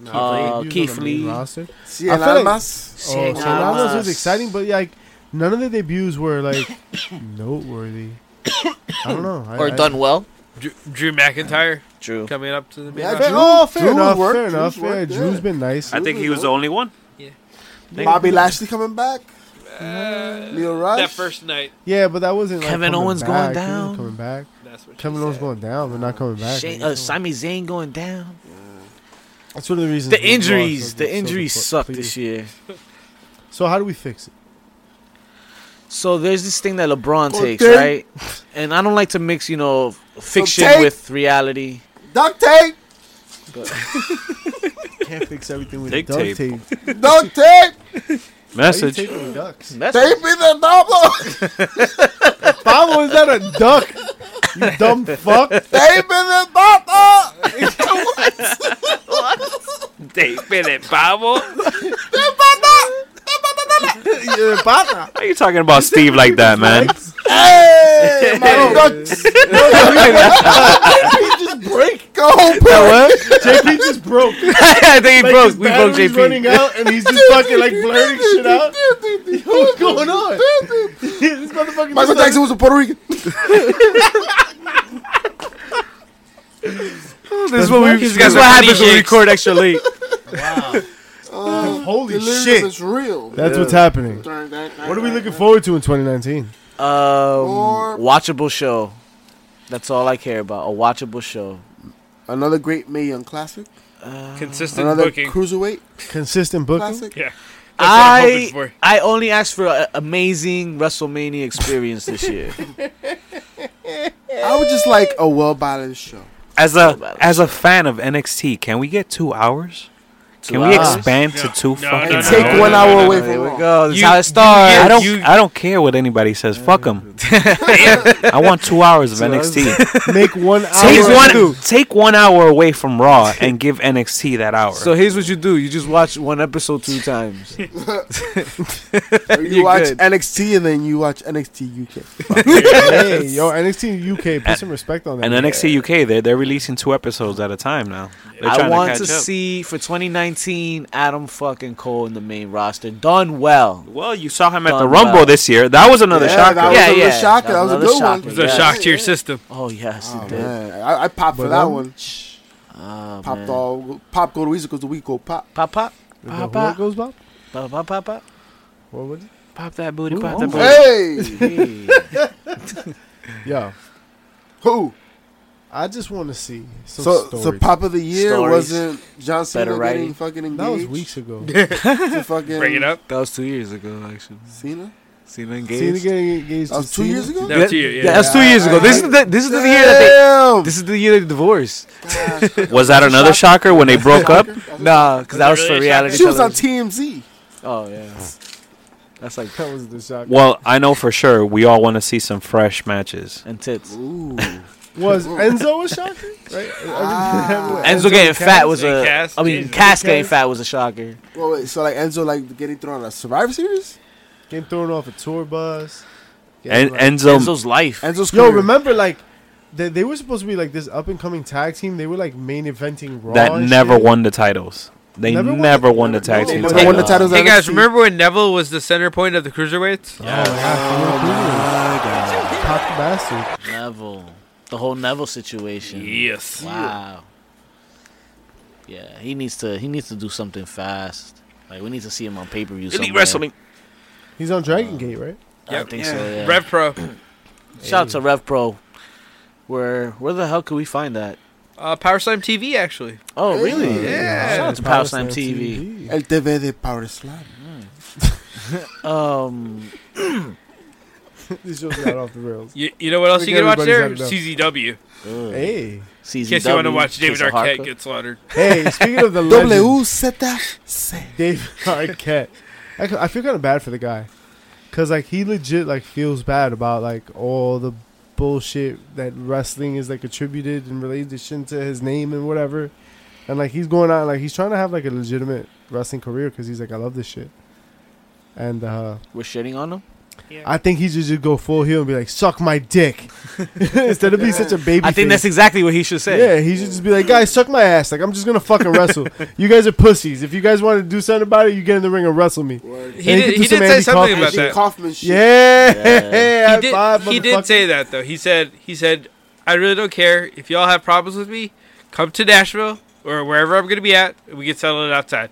Speaker 1: Uh,
Speaker 4: He's
Speaker 1: Keith
Speaker 4: on the main
Speaker 1: Lee.
Speaker 4: roster.
Speaker 6: Cien
Speaker 4: I feel like-
Speaker 6: almas.
Speaker 4: Oh,
Speaker 1: Shane
Speaker 4: so
Speaker 1: Thomas.
Speaker 4: that was exciting, but like none of the debuts were like noteworthy. I don't know. I,
Speaker 1: Or
Speaker 4: I,
Speaker 1: done well.
Speaker 5: Drew, Drew McIntyre
Speaker 1: True.
Speaker 5: coming up to the main
Speaker 6: Yeah,
Speaker 5: roster.
Speaker 4: Fair,
Speaker 6: Drew-
Speaker 4: oh, fair
Speaker 6: Drew
Speaker 4: enough.
Speaker 6: worked,
Speaker 4: fair
Speaker 6: Drew's
Speaker 4: enough. Yeah,
Speaker 6: worked,
Speaker 4: Drew's
Speaker 6: yeah.
Speaker 4: been nice.
Speaker 2: I think he was the only one.
Speaker 6: Bobby Lashley coming back. Leo Rush.
Speaker 5: That first night.
Speaker 4: Yeah, but that wasn't. Like,
Speaker 1: Kevin
Speaker 4: coming
Speaker 1: Owens
Speaker 4: back.
Speaker 1: going
Speaker 4: He wasn't
Speaker 1: down.
Speaker 4: Coming back.
Speaker 5: That's what she
Speaker 4: Kevin Owens
Speaker 5: said.
Speaker 4: going down, but not coming back.
Speaker 1: Shane,
Speaker 4: Like,
Speaker 1: uh, Sami Zayn going down.
Speaker 4: That's one of the reasons.
Speaker 1: The
Speaker 4: we lost,
Speaker 1: injuries.
Speaker 4: so-
Speaker 1: The
Speaker 4: so
Speaker 1: injuries
Speaker 4: depl-
Speaker 1: suck
Speaker 4: depleted.
Speaker 1: this year.
Speaker 4: So how do we fix it?
Speaker 1: So there's this thing that LeBron
Speaker 6: Content.
Speaker 1: takes, right? And I don't like to mix, you know, fiction
Speaker 6: Content.
Speaker 1: with reality.
Speaker 6: Duct tape.
Speaker 4: Can't fix everything with
Speaker 2: Duct
Speaker 4: duct
Speaker 2: tape.
Speaker 4: tape.
Speaker 6: Duct tape.
Speaker 4: Why you
Speaker 2: Message.
Speaker 4: taping ducks?
Speaker 1: That's
Speaker 6: Tape me the double.
Speaker 4: Pablo, is that a duck? You dumb fuck.
Speaker 6: Tape me the double.
Speaker 4: You're a partner.
Speaker 2: Why are you talking about Steve like that, man?
Speaker 6: Hey, my ducks. He just break. Go home,
Speaker 4: JP just broke.
Speaker 2: I think he
Speaker 4: Like,
Speaker 2: broke.
Speaker 4: his
Speaker 2: We broke
Speaker 4: battery's
Speaker 2: JP.
Speaker 4: running out, and he's just fucking like blurring shit out. What's going on? this motherfucker.
Speaker 6: Michael
Speaker 4: just
Speaker 6: Jackson was a Puerto Rican.
Speaker 2: This is
Speaker 4: what we-
Speaker 2: This
Speaker 4: this
Speaker 2: is
Speaker 5: is
Speaker 2: what
Speaker 5: what
Speaker 2: happens when we
Speaker 5: DJs.
Speaker 2: record extra late.
Speaker 6: Oh,
Speaker 4: Holy
Speaker 6: delirious
Speaker 4: shit.
Speaker 6: is real.
Speaker 4: That's what's happening. What
Speaker 6: What
Speaker 4: are we looking forward to in 2019?
Speaker 1: um,
Speaker 6: Or-
Speaker 1: watchable show. That's all I care about. A watchable show.
Speaker 6: Another great Mae Young classic.
Speaker 5: Consistent
Speaker 6: Another
Speaker 5: booking.
Speaker 6: cruiserweight
Speaker 4: Consistent booking.
Speaker 6: classic.
Speaker 5: Yeah. That's what I'm hoping
Speaker 1: I
Speaker 5: for.
Speaker 1: I only asked for an amazing WrestleMania experience this year.
Speaker 6: I would just like a well balanced show.
Speaker 2: As a as a fan of NXT, can we get two hours? Can we
Speaker 1: hours.
Speaker 2: expand to
Speaker 5: No.
Speaker 2: two
Speaker 5: No,
Speaker 2: fucking?
Speaker 5: no,
Speaker 6: And
Speaker 5: no,
Speaker 6: take
Speaker 5: no, no,
Speaker 6: one
Speaker 5: no,
Speaker 6: hour
Speaker 5: no, no,
Speaker 6: away
Speaker 1: There
Speaker 6: from
Speaker 1: we
Speaker 6: Raw.
Speaker 1: go. This is
Speaker 5: You-
Speaker 1: how it
Speaker 5: you
Speaker 1: starts.
Speaker 5: get-
Speaker 2: I don't.
Speaker 5: You-
Speaker 2: I don't care what anybody says. Fuck them. I want two hours of NXT.
Speaker 4: Make one hour.
Speaker 2: Take one. Take one hour away from Raw and give NXT that hour.
Speaker 1: So here's what you do: you just watch one episode two times.
Speaker 6: Or you watch
Speaker 1: good.
Speaker 6: NXT and then you watch NXT UK.
Speaker 4: Hey, yo, NXT UK, put some respect on that.
Speaker 2: and NXT UK, they're they're releasing two episodes at a time now. They're trying
Speaker 1: I want to,
Speaker 2: catch up.
Speaker 1: see for 2019 Adam fucking Cole in the main roster done well.
Speaker 2: Well, you saw him at the
Speaker 1: Done
Speaker 2: Rumble
Speaker 1: well.
Speaker 2: this year. That was another
Speaker 6: Yeah,
Speaker 2: shocker.
Speaker 6: That was
Speaker 1: Yeah,
Speaker 6: a little
Speaker 1: yeah.
Speaker 6: shocker. That was a
Speaker 1: Another
Speaker 6: good
Speaker 1: shocker.
Speaker 6: one.
Speaker 5: It was a
Speaker 1: Yeah.
Speaker 5: shock to your system.
Speaker 1: Oh yes,
Speaker 6: Oh,
Speaker 1: he did.
Speaker 6: man. I, I popped for
Speaker 4: But
Speaker 6: that
Speaker 4: um,
Speaker 6: one.
Speaker 1: Oh,
Speaker 6: Popped
Speaker 1: man.
Speaker 6: all pop go to Weezer because the week go pop.
Speaker 1: Pop pop
Speaker 4: Is that who it goes by?
Speaker 1: pop pop pop pop
Speaker 4: What was it?
Speaker 2: pop that booty,
Speaker 4: Ooh,
Speaker 2: pop that
Speaker 4: oh.
Speaker 2: booty.
Speaker 6: Hey,
Speaker 1: Hey.
Speaker 4: Yeah,
Speaker 6: who?
Speaker 4: I just want to see some
Speaker 6: So,
Speaker 4: stories.
Speaker 6: so pop of the year
Speaker 1: Stories.
Speaker 6: wasn't John Cena
Speaker 1: Better
Speaker 6: getting
Speaker 1: writing.
Speaker 6: fucking engaged.
Speaker 4: that was weeks ago.
Speaker 6: To fucking
Speaker 5: Bring it up.
Speaker 2: That was two years ago, actually.
Speaker 6: Cena.
Speaker 2: Cena
Speaker 4: Cena
Speaker 2: engaged.
Speaker 4: getting engaged.
Speaker 6: That
Speaker 4: to
Speaker 6: was two years
Speaker 4: Cena?
Speaker 6: ago.
Speaker 5: That's you. Yeah.
Speaker 2: yeah, that's two
Speaker 6: Yeah,
Speaker 2: years ago.
Speaker 6: I-
Speaker 2: This is the this is the year that they this is the year they divorced.
Speaker 6: Damn. Gosh.
Speaker 2: Was that another shocker when they broke up?
Speaker 1: Nah, because that was
Speaker 5: Was it
Speaker 1: for
Speaker 5: really
Speaker 1: reality.
Speaker 6: She was on
Speaker 1: television.
Speaker 6: TMZ.
Speaker 1: Oh yeah. That's like
Speaker 4: That was the shock.
Speaker 2: Well, I know for sure we all want to see some fresh matches.
Speaker 1: and tits.
Speaker 6: Ooh.
Speaker 4: Was Enzo a shocker? Right?
Speaker 6: Ah.
Speaker 1: Enzo, getting fat was
Speaker 5: and
Speaker 1: a.
Speaker 5: Cass,
Speaker 1: I mean,
Speaker 5: Jesus.
Speaker 1: Cass getting
Speaker 4: Cass.
Speaker 1: fat was a shocker.
Speaker 6: Well, wait. So like Enzo like getting thrown on a Survivor Series.
Speaker 4: Getting thrown off a tour bus.
Speaker 2: And
Speaker 4: Getting, like-
Speaker 2: Enzo,
Speaker 1: Enzo's life.
Speaker 6: Enzo's
Speaker 4: yo,
Speaker 6: career.
Speaker 4: remember like they, they were supposed to be like this up and coming tag team. They were like main eventing Raw.
Speaker 2: that
Speaker 4: and
Speaker 2: never
Speaker 4: shit.
Speaker 2: won the titles. They
Speaker 4: Never
Speaker 2: never,
Speaker 4: won
Speaker 2: won, the tag
Speaker 6: No,
Speaker 2: team.
Speaker 6: never
Speaker 2: title.
Speaker 6: won the titles.
Speaker 5: Hey
Speaker 6: at
Speaker 5: guys,
Speaker 6: NXT.
Speaker 5: remember when Neville was the center point of the cruiserweights?
Speaker 4: Oh, yeah, Pop the bastard.
Speaker 1: Neville, the whole Neville situation.
Speaker 5: Yes.
Speaker 1: Wow. Yeah, he needs to. He needs to do something fast. Like we need to see him on pay per view.
Speaker 2: Elite wrestling.
Speaker 4: He's on Dragon Gate, right?
Speaker 1: I
Speaker 5: Yep.
Speaker 1: think
Speaker 6: Yeah.
Speaker 1: so. Yeah.
Speaker 5: Rev Pro.
Speaker 1: Shout out to Rev Pro. Where where the hell could we find that?
Speaker 5: Uh, Power Slam TV, actually.
Speaker 1: Oh
Speaker 6: Hey.
Speaker 1: really?
Speaker 5: Yeah.
Speaker 1: Shout out to Power Slam TV.
Speaker 6: El TV de Power Slam.
Speaker 1: Um,
Speaker 4: this show's got off the rails.
Speaker 5: You, you know what else
Speaker 4: I
Speaker 5: you
Speaker 4: think
Speaker 5: can watch there?
Speaker 4: everybody's
Speaker 5: CZW.
Speaker 1: ugh.
Speaker 4: Hey,
Speaker 1: CZW,
Speaker 5: In case you want to watch David
Speaker 1: Kiss of
Speaker 5: Arquette
Speaker 1: Hardcore.
Speaker 5: get slaughtered.
Speaker 4: hey. Speaking of the legend,
Speaker 6: WZC.
Speaker 4: Dave Arquette. I, I feel kind of bad for the guy, cause like he legit like feels bad about like all the bullshit that wrestling is like attributed and related shit to his name and whatever, and like he's going out like he's trying to have like a legitimate wrestling career because he's like I love this shit, and uh
Speaker 1: We're shitting on him.
Speaker 4: I think he should just go full heel and be like suck my dick instead of being such a baby.
Speaker 1: I think that's exactly what he should say.
Speaker 4: Yeah, he should just be like, guys, suck my ass. Like, I'm just gonna fucking wrestle. you guys are pussies. If you guys want to do something about it, you get in the ring and wrestle me.
Speaker 5: He
Speaker 4: And he
Speaker 5: did,
Speaker 4: could do
Speaker 5: he did
Speaker 4: some
Speaker 5: say
Speaker 4: Andy
Speaker 5: something
Speaker 4: Kaufman
Speaker 5: about
Speaker 4: shit.
Speaker 5: that.
Speaker 6: Kaufman shit.
Speaker 4: Yeah,
Speaker 1: Yeah.
Speaker 5: he did, he did say that though. He said he said I really don't care if y'all have problems with me. Come to Nashville or wherever I'm gonna be at. and We can settle it outside.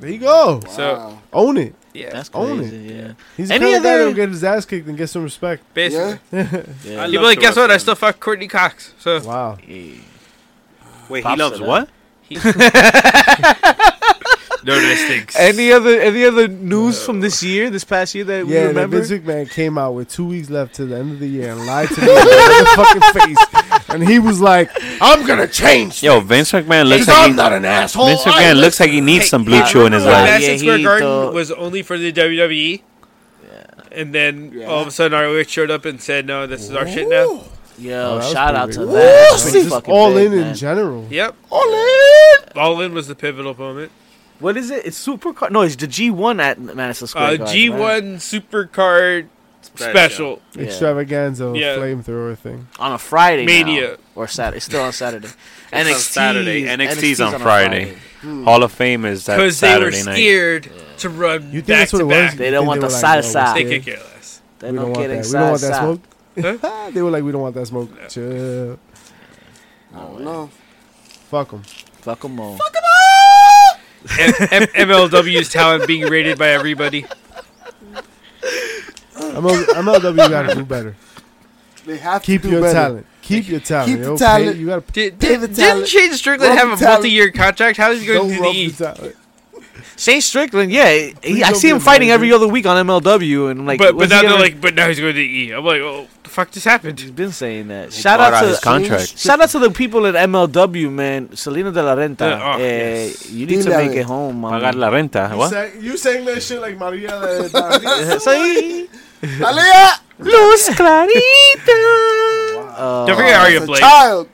Speaker 4: There you go.
Speaker 5: So-
Speaker 6: Wow.
Speaker 4: Own it.
Speaker 5: Yeah,
Speaker 1: That's
Speaker 4: Own
Speaker 1: crazy. Yeah.
Speaker 4: He's the
Speaker 1: Any
Speaker 4: kind of guy
Speaker 1: other-
Speaker 4: that'll get his ass kicked and get some respect.
Speaker 5: basically.
Speaker 1: yeah.
Speaker 5: He'd be like, guess what? I still fuck Courtney Cox. So
Speaker 4: Wow.
Speaker 1: Yeah.
Speaker 2: Wait,
Speaker 1: Pops it up.
Speaker 5: no nice things.
Speaker 1: Any other any other news from this year, this past year that we
Speaker 4: Yeah, that
Speaker 1: remember?
Speaker 4: Vince McMahon came out with two weeks left to the end of the year and lied to me in the fucking face, and he was like, "I'm gonna change."
Speaker 2: Yo, Vince McMahon looks
Speaker 4: Because
Speaker 2: like
Speaker 4: I'm
Speaker 2: he,
Speaker 4: not an asshole.
Speaker 2: Vince
Speaker 4: I
Speaker 2: McMahon looks like he needs
Speaker 5: Hey,
Speaker 2: some blue
Speaker 5: I
Speaker 2: chew in his
Speaker 5: remember when
Speaker 2: life.
Speaker 1: life.
Speaker 5: Madison
Speaker 1: Yeah,
Speaker 5: Square
Speaker 1: he
Speaker 5: Garden
Speaker 1: thought-
Speaker 5: was only for the WWE. And then
Speaker 6: Yeah.
Speaker 5: all of a sudden, ROH showed up and said, "No, this is our shit
Speaker 6: Ooh.
Speaker 5: now."
Speaker 1: Yo,
Speaker 4: Oh, that was
Speaker 1: shout out to
Speaker 4: pretty
Speaker 6: weird.
Speaker 1: that.
Speaker 6: Ooh,
Speaker 1: That's
Speaker 6: see,
Speaker 1: pretty
Speaker 4: Just
Speaker 1: fucking
Speaker 4: all
Speaker 1: big,
Speaker 4: in in
Speaker 1: man.
Speaker 4: general.
Speaker 5: Yep,
Speaker 6: Ole!
Speaker 5: All In was the pivotal moment.
Speaker 1: What is it? It's Super Car. No, it's the G one at Madison Square.
Speaker 5: Uh,
Speaker 1: Garden,
Speaker 5: G
Speaker 1: right?
Speaker 5: One Supercard Special
Speaker 1: Yeah.
Speaker 4: Extravaganza,
Speaker 5: Yeah.
Speaker 4: flamethrower thing.
Speaker 1: on a Friday. now.
Speaker 5: Mania.
Speaker 1: or Saturday. It's still on Saturday.
Speaker 2: on
Speaker 1: NXT.
Speaker 2: Saturday. NXT 's on
Speaker 1: a
Speaker 2: Friday. Hall of Fame is that
Speaker 5: because they were
Speaker 2: Saturday night.
Speaker 5: scared to run
Speaker 4: You think
Speaker 5: back
Speaker 4: that's what
Speaker 5: to
Speaker 4: it
Speaker 5: back.
Speaker 4: was?
Speaker 1: They
Speaker 4: You
Speaker 1: don't
Speaker 4: think
Speaker 1: want
Speaker 4: were
Speaker 1: the
Speaker 4: like,
Speaker 1: side
Speaker 4: "Yo,
Speaker 1: side.
Speaker 5: They
Speaker 4: we
Speaker 5: could care less.
Speaker 1: They
Speaker 4: don't
Speaker 1: don't
Speaker 4: want
Speaker 1: get
Speaker 4: that. We
Speaker 1: excited.
Speaker 4: don't want that smoke.
Speaker 5: Huh?
Speaker 4: they were like, "We don't want that smoke." Chill.
Speaker 6: I don't know.
Speaker 4: Fuck them.
Speaker 1: Oh, Fuck 'em all.
Speaker 5: M- M- MLW's talent being rated by everybody.
Speaker 4: ML- MLW gotta do better.
Speaker 6: They have
Speaker 4: Keep
Speaker 6: to do
Speaker 4: your
Speaker 6: better.
Speaker 4: talent. Keep your talent.
Speaker 6: Keep the
Speaker 4: yo.
Speaker 6: talent.
Speaker 4: Pay- You gotta
Speaker 5: Did,
Speaker 6: Pay the
Speaker 5: did,
Speaker 6: talent.
Speaker 5: didn't Shane Strickland
Speaker 6: Rub
Speaker 5: have
Speaker 6: the
Speaker 5: a multi-year contract? How is he going
Speaker 4: don't
Speaker 5: to
Speaker 4: rub
Speaker 5: the
Speaker 4: the
Speaker 5: E?
Speaker 4: talent.
Speaker 1: Shane Strickland. Yeah, he-
Speaker 4: Please
Speaker 1: I
Speaker 4: don't
Speaker 1: see
Speaker 4: be
Speaker 1: him
Speaker 4: a
Speaker 1: fighting
Speaker 4: manager.
Speaker 1: every other week on MLW, and I'm like,
Speaker 5: But but
Speaker 1: what's
Speaker 5: now
Speaker 1: he
Speaker 5: they're
Speaker 1: ever-
Speaker 5: like, but now he's going to the E. I'm like, oh, the fuck just
Speaker 1: He's
Speaker 5: happened?
Speaker 1: been saying that. shout
Speaker 2: bought
Speaker 1: out
Speaker 2: out
Speaker 1: to
Speaker 2: his contract.
Speaker 1: Shout out to the people at MLW, man. Selena de la Renta.
Speaker 5: Yeah, oh,
Speaker 1: eh,
Speaker 5: yes.
Speaker 1: You need to
Speaker 6: Dile.
Speaker 1: make it home,
Speaker 2: Pagar
Speaker 1: mama.
Speaker 2: la renta.
Speaker 4: You
Speaker 2: What?
Speaker 4: sang, you sang that shit like Maria. de Dalia.
Speaker 1: Sí.
Speaker 6: Aaliyah!
Speaker 1: Luz Clarita. Uh,
Speaker 5: Don't forget Arya
Speaker 6: Oh, As a
Speaker 5: Blade.
Speaker 6: Child.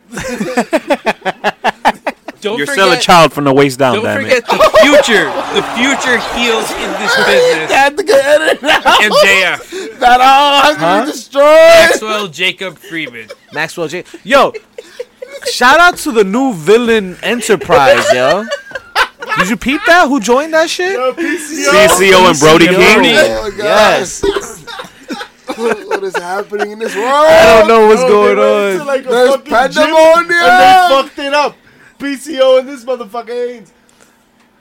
Speaker 5: Don't
Speaker 2: You're
Speaker 5: forget,
Speaker 2: still a child from the waist down,
Speaker 5: Don't
Speaker 2: damn it.
Speaker 5: forget the future. The future heals in this business.
Speaker 6: had to get edited out.
Speaker 5: MJF,
Speaker 6: That all has to
Speaker 4: Huh?
Speaker 6: be destroyed.
Speaker 5: Maxwell Jacob Freeman.
Speaker 1: Maxwell J. Yo, shout out to the new villain Enterprise, yo. Did you peep that? Who joined that shit?
Speaker 2: CCO and E Brody King.
Speaker 1: Brody.
Speaker 6: Oh my God.
Speaker 1: Yes.
Speaker 6: what is happening in this world?
Speaker 1: I don't know what's
Speaker 4: Yo, they
Speaker 1: going
Speaker 4: went
Speaker 1: on.
Speaker 4: into, like, a
Speaker 6: There's
Speaker 4: fucking gym
Speaker 6: pandemonium.
Speaker 4: And they fucked it up. PCO and this motherfucker Ain't.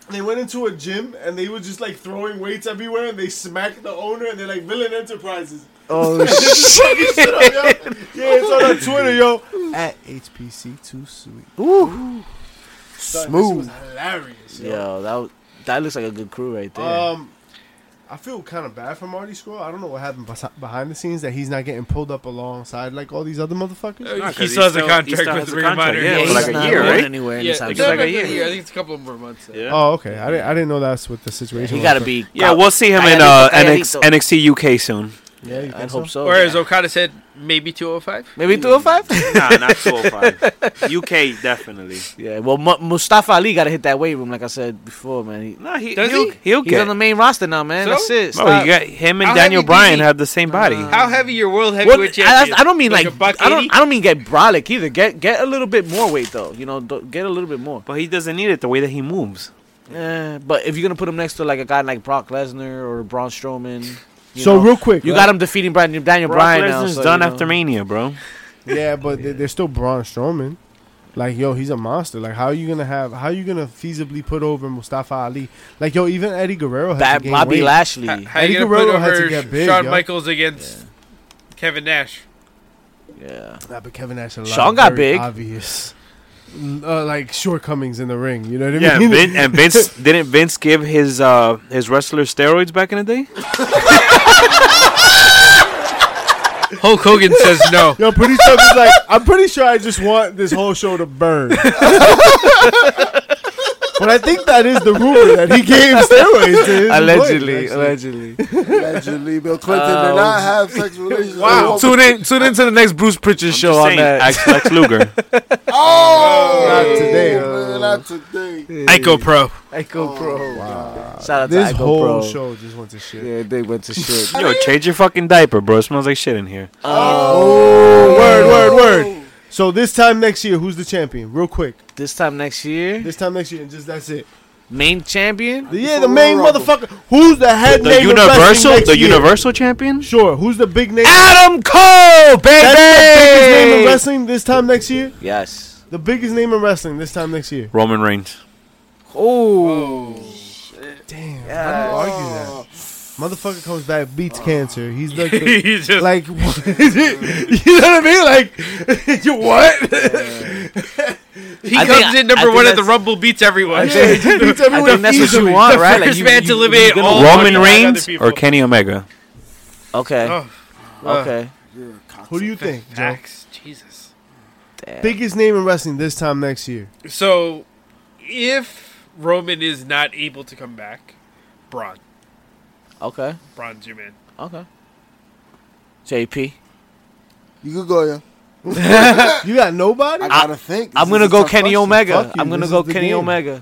Speaker 4: They went into a gym and they were just like throwing weights everywhere and they smacked the owner and they're like villain enterprises.
Speaker 6: Oh,
Speaker 4: This is fucking shit up, yo. Yeah, it's on our Twitter, yo.
Speaker 6: at HPC too sweet.
Speaker 4: Son,
Speaker 6: Smooth.
Speaker 4: This was hilarious. Yo.
Speaker 1: Yo, that w- that looks like a good crew right there.
Speaker 4: Um, I feel kind of bad for Marty Scroll. I don't know what happened besi- behind the scenes that he's not getting pulled up alongside like all these other
Speaker 1: Oh,
Speaker 4: motherfuckers.
Speaker 2: Nah, 'cause
Speaker 5: he still has a
Speaker 2: he
Speaker 5: contract
Speaker 2: still
Speaker 5: with
Speaker 2: has a
Speaker 5: Ring of
Speaker 2: contract,
Speaker 5: Honor.
Speaker 2: Yeah,
Speaker 5: Yeah,
Speaker 2: for
Speaker 5: he's
Speaker 2: like a
Speaker 1: not
Speaker 2: year,
Speaker 1: going
Speaker 2: right?
Speaker 1: Anywhere in
Speaker 7: Yeah,
Speaker 1: this house.
Speaker 7: it's
Speaker 2: like
Speaker 7: not
Speaker 2: a
Speaker 7: been
Speaker 2: year.
Speaker 7: I think it's a couple more months.
Speaker 2: Yeah.
Speaker 4: Oh, okay. I didn't. I didn't know that's what the situation.
Speaker 1: He
Speaker 4: was.
Speaker 1: gotta be.
Speaker 2: Yeah, we'll see him in uh,
Speaker 1: Calladito,
Speaker 2: NX,
Speaker 1: calladito.
Speaker 2: NXT UK soon.
Speaker 4: Yeah, you
Speaker 1: I
Speaker 4: think
Speaker 1: hope so.
Speaker 7: Or as
Speaker 1: yeah.
Speaker 7: Okada said, maybe 205.
Speaker 1: maybe two or five.
Speaker 2: nah, not 205. UK definitely.
Speaker 1: yeah. Well, Mu- Mustafa Ali gotta hit that weight room, like I said before, man. He,
Speaker 2: Nah, he
Speaker 7: Does
Speaker 2: he'll,
Speaker 7: he?
Speaker 2: he'll
Speaker 1: He's
Speaker 2: get.
Speaker 1: on the main roster now, man.
Speaker 7: So?
Speaker 1: That's it.
Speaker 2: Bro,
Speaker 1: Stop.
Speaker 2: you got him and
Speaker 7: How
Speaker 2: Daniel
Speaker 7: heavy is
Speaker 2: Bryan
Speaker 7: he?
Speaker 2: have the same body.
Speaker 7: How heavy your world
Speaker 1: Well,
Speaker 7: heavyweight
Speaker 1: I,
Speaker 7: champion?
Speaker 1: I don't mean like,
Speaker 7: a buck
Speaker 1: I don't
Speaker 7: 80?
Speaker 1: I don't mean get brolic either. Get get a little bit more weight though. You know, do- get a little bit more.
Speaker 2: but he doesn't need it the way that he moves.
Speaker 1: Eh, but if you're gonna put him next to like a guy like Brock Lesnar or Braun Strowman, you
Speaker 4: so
Speaker 1: know,
Speaker 4: real quick,
Speaker 1: you
Speaker 4: right?
Speaker 1: got him defeating Brian, Daniel
Speaker 2: Brock
Speaker 1: Bryan now.
Speaker 2: Lesnar's
Speaker 1: so,
Speaker 2: done
Speaker 1: you know.
Speaker 2: after Mania, bro.
Speaker 4: Yeah, but they- they're still Braun Strowman. Like, yo, he's a monster. Like, how are you gonna have? How are you gonna feasibly put over Mustafa Ali? Like, yo, even Eddie Guerrero has
Speaker 1: Ba-
Speaker 4: to gain
Speaker 1: Bobby
Speaker 4: weight.
Speaker 1: Lashley.
Speaker 7: How, how
Speaker 4: Eddie
Speaker 7: you going to put
Speaker 4: Guerrero had to
Speaker 7: over
Speaker 4: get big,
Speaker 7: Shawn
Speaker 4: yo.
Speaker 7: Michaels against Kevin Nash?
Speaker 1: yeah.
Speaker 4: Nah, but Kevin Nash. a lot
Speaker 1: Shawn
Speaker 4: of
Speaker 1: got
Speaker 4: very
Speaker 1: big.
Speaker 4: Obvious, uh, like shortcomings in the ring. You know what I
Speaker 2: Yeah,
Speaker 4: mean?
Speaker 2: and, Vin, and Vince didn't Vince give his uh his wrestler steroids back in the day?
Speaker 5: Hulk Hogan says no.
Speaker 4: yo, pretty sure it's like I'm pretty sure I just want this whole show to burn. but I think that is the rumor that he gave steroids to his employees, actually.
Speaker 1: allegedly.
Speaker 6: Allegedly, Bill Clinton did
Speaker 1: Um,
Speaker 6: not have sexual relations.
Speaker 1: Wow.
Speaker 6: with a
Speaker 1: Tune in tune in to the next Bruce Pritchard
Speaker 2: I'm
Speaker 1: show
Speaker 2: just
Speaker 1: on
Speaker 2: saying,
Speaker 1: that.
Speaker 2: ask Lex Luger.
Speaker 6: Oh,
Speaker 4: Not today, uh,
Speaker 6: man, not today.
Speaker 5: Ico Pro.
Speaker 1: Echo Pro.
Speaker 6: Wow.
Speaker 1: Shout out
Speaker 4: Oh, This
Speaker 1: to Echo
Speaker 4: whole
Speaker 1: Pro.
Speaker 4: show just went to shit.
Speaker 1: Yeah, they went to shit.
Speaker 2: Yo, change your fucking diaper, bro. It smells like shit in here.
Speaker 4: Oh, word, word, word. So this time next year, who's the champion? Real quick.
Speaker 1: this time next year,
Speaker 4: This time next year, and just that's it.
Speaker 1: main champion.
Speaker 4: The, yeah, the main motherfucker. Who's the head
Speaker 2: The
Speaker 4: name? of wrestling
Speaker 2: universal,
Speaker 4: next
Speaker 2: the
Speaker 4: year?
Speaker 2: universal champion.
Speaker 4: Sure. Who's the big name?
Speaker 1: Adam Cole,
Speaker 4: That's the biggest name in
Speaker 1: baby.
Speaker 4: wrestling this time next year.
Speaker 1: Yes.
Speaker 4: The biggest name in wrestling this time next year.
Speaker 2: Roman Reigns.
Speaker 1: Oh.
Speaker 4: Damn.
Speaker 1: Yeah.
Speaker 4: How do you argue that? Motherfucker comes back, beats cancer. He's like, the,
Speaker 5: He's just
Speaker 4: like, what is it? you know what I mean? Like, you what?
Speaker 5: He
Speaker 1: I
Speaker 5: comes
Speaker 1: think-
Speaker 5: in
Speaker 1: I
Speaker 5: number
Speaker 1: think
Speaker 5: one at the
Speaker 1: that's-
Speaker 5: Rumble, beats everyone.
Speaker 4: Yeah, he just beats
Speaker 1: I
Speaker 4: everyone
Speaker 1: think that's what
Speaker 4: easily.
Speaker 1: you want,
Speaker 5: The
Speaker 1: right?
Speaker 5: first man to eliminate
Speaker 1: you're
Speaker 5: all- Oh,
Speaker 2: Roman
Speaker 5: fucking
Speaker 2: Reigns
Speaker 5: other people.
Speaker 2: or Kenny Omega?
Speaker 1: Okay.
Speaker 5: Oh,
Speaker 1: okay.
Speaker 4: Who do you think? Joe?
Speaker 5: Facts. Jesus.
Speaker 1: Damn.
Speaker 4: Biggest name in wrestling this time next year.
Speaker 5: So, if Roman is not able to come back, Braun.
Speaker 1: Okay.
Speaker 5: Braun's your man.
Speaker 1: Okay. JP.
Speaker 6: You could go, yeah.
Speaker 4: You got nobody?
Speaker 6: I gotta think.
Speaker 1: I'm
Speaker 6: This
Speaker 1: gonna
Speaker 6: is a
Speaker 1: go
Speaker 6: tough
Speaker 1: Kenny
Speaker 6: question.
Speaker 1: Omega.
Speaker 4: Fuck you,
Speaker 1: I'm gonna
Speaker 4: this
Speaker 1: go
Speaker 4: is the
Speaker 1: Kenny
Speaker 4: game.
Speaker 1: Omega.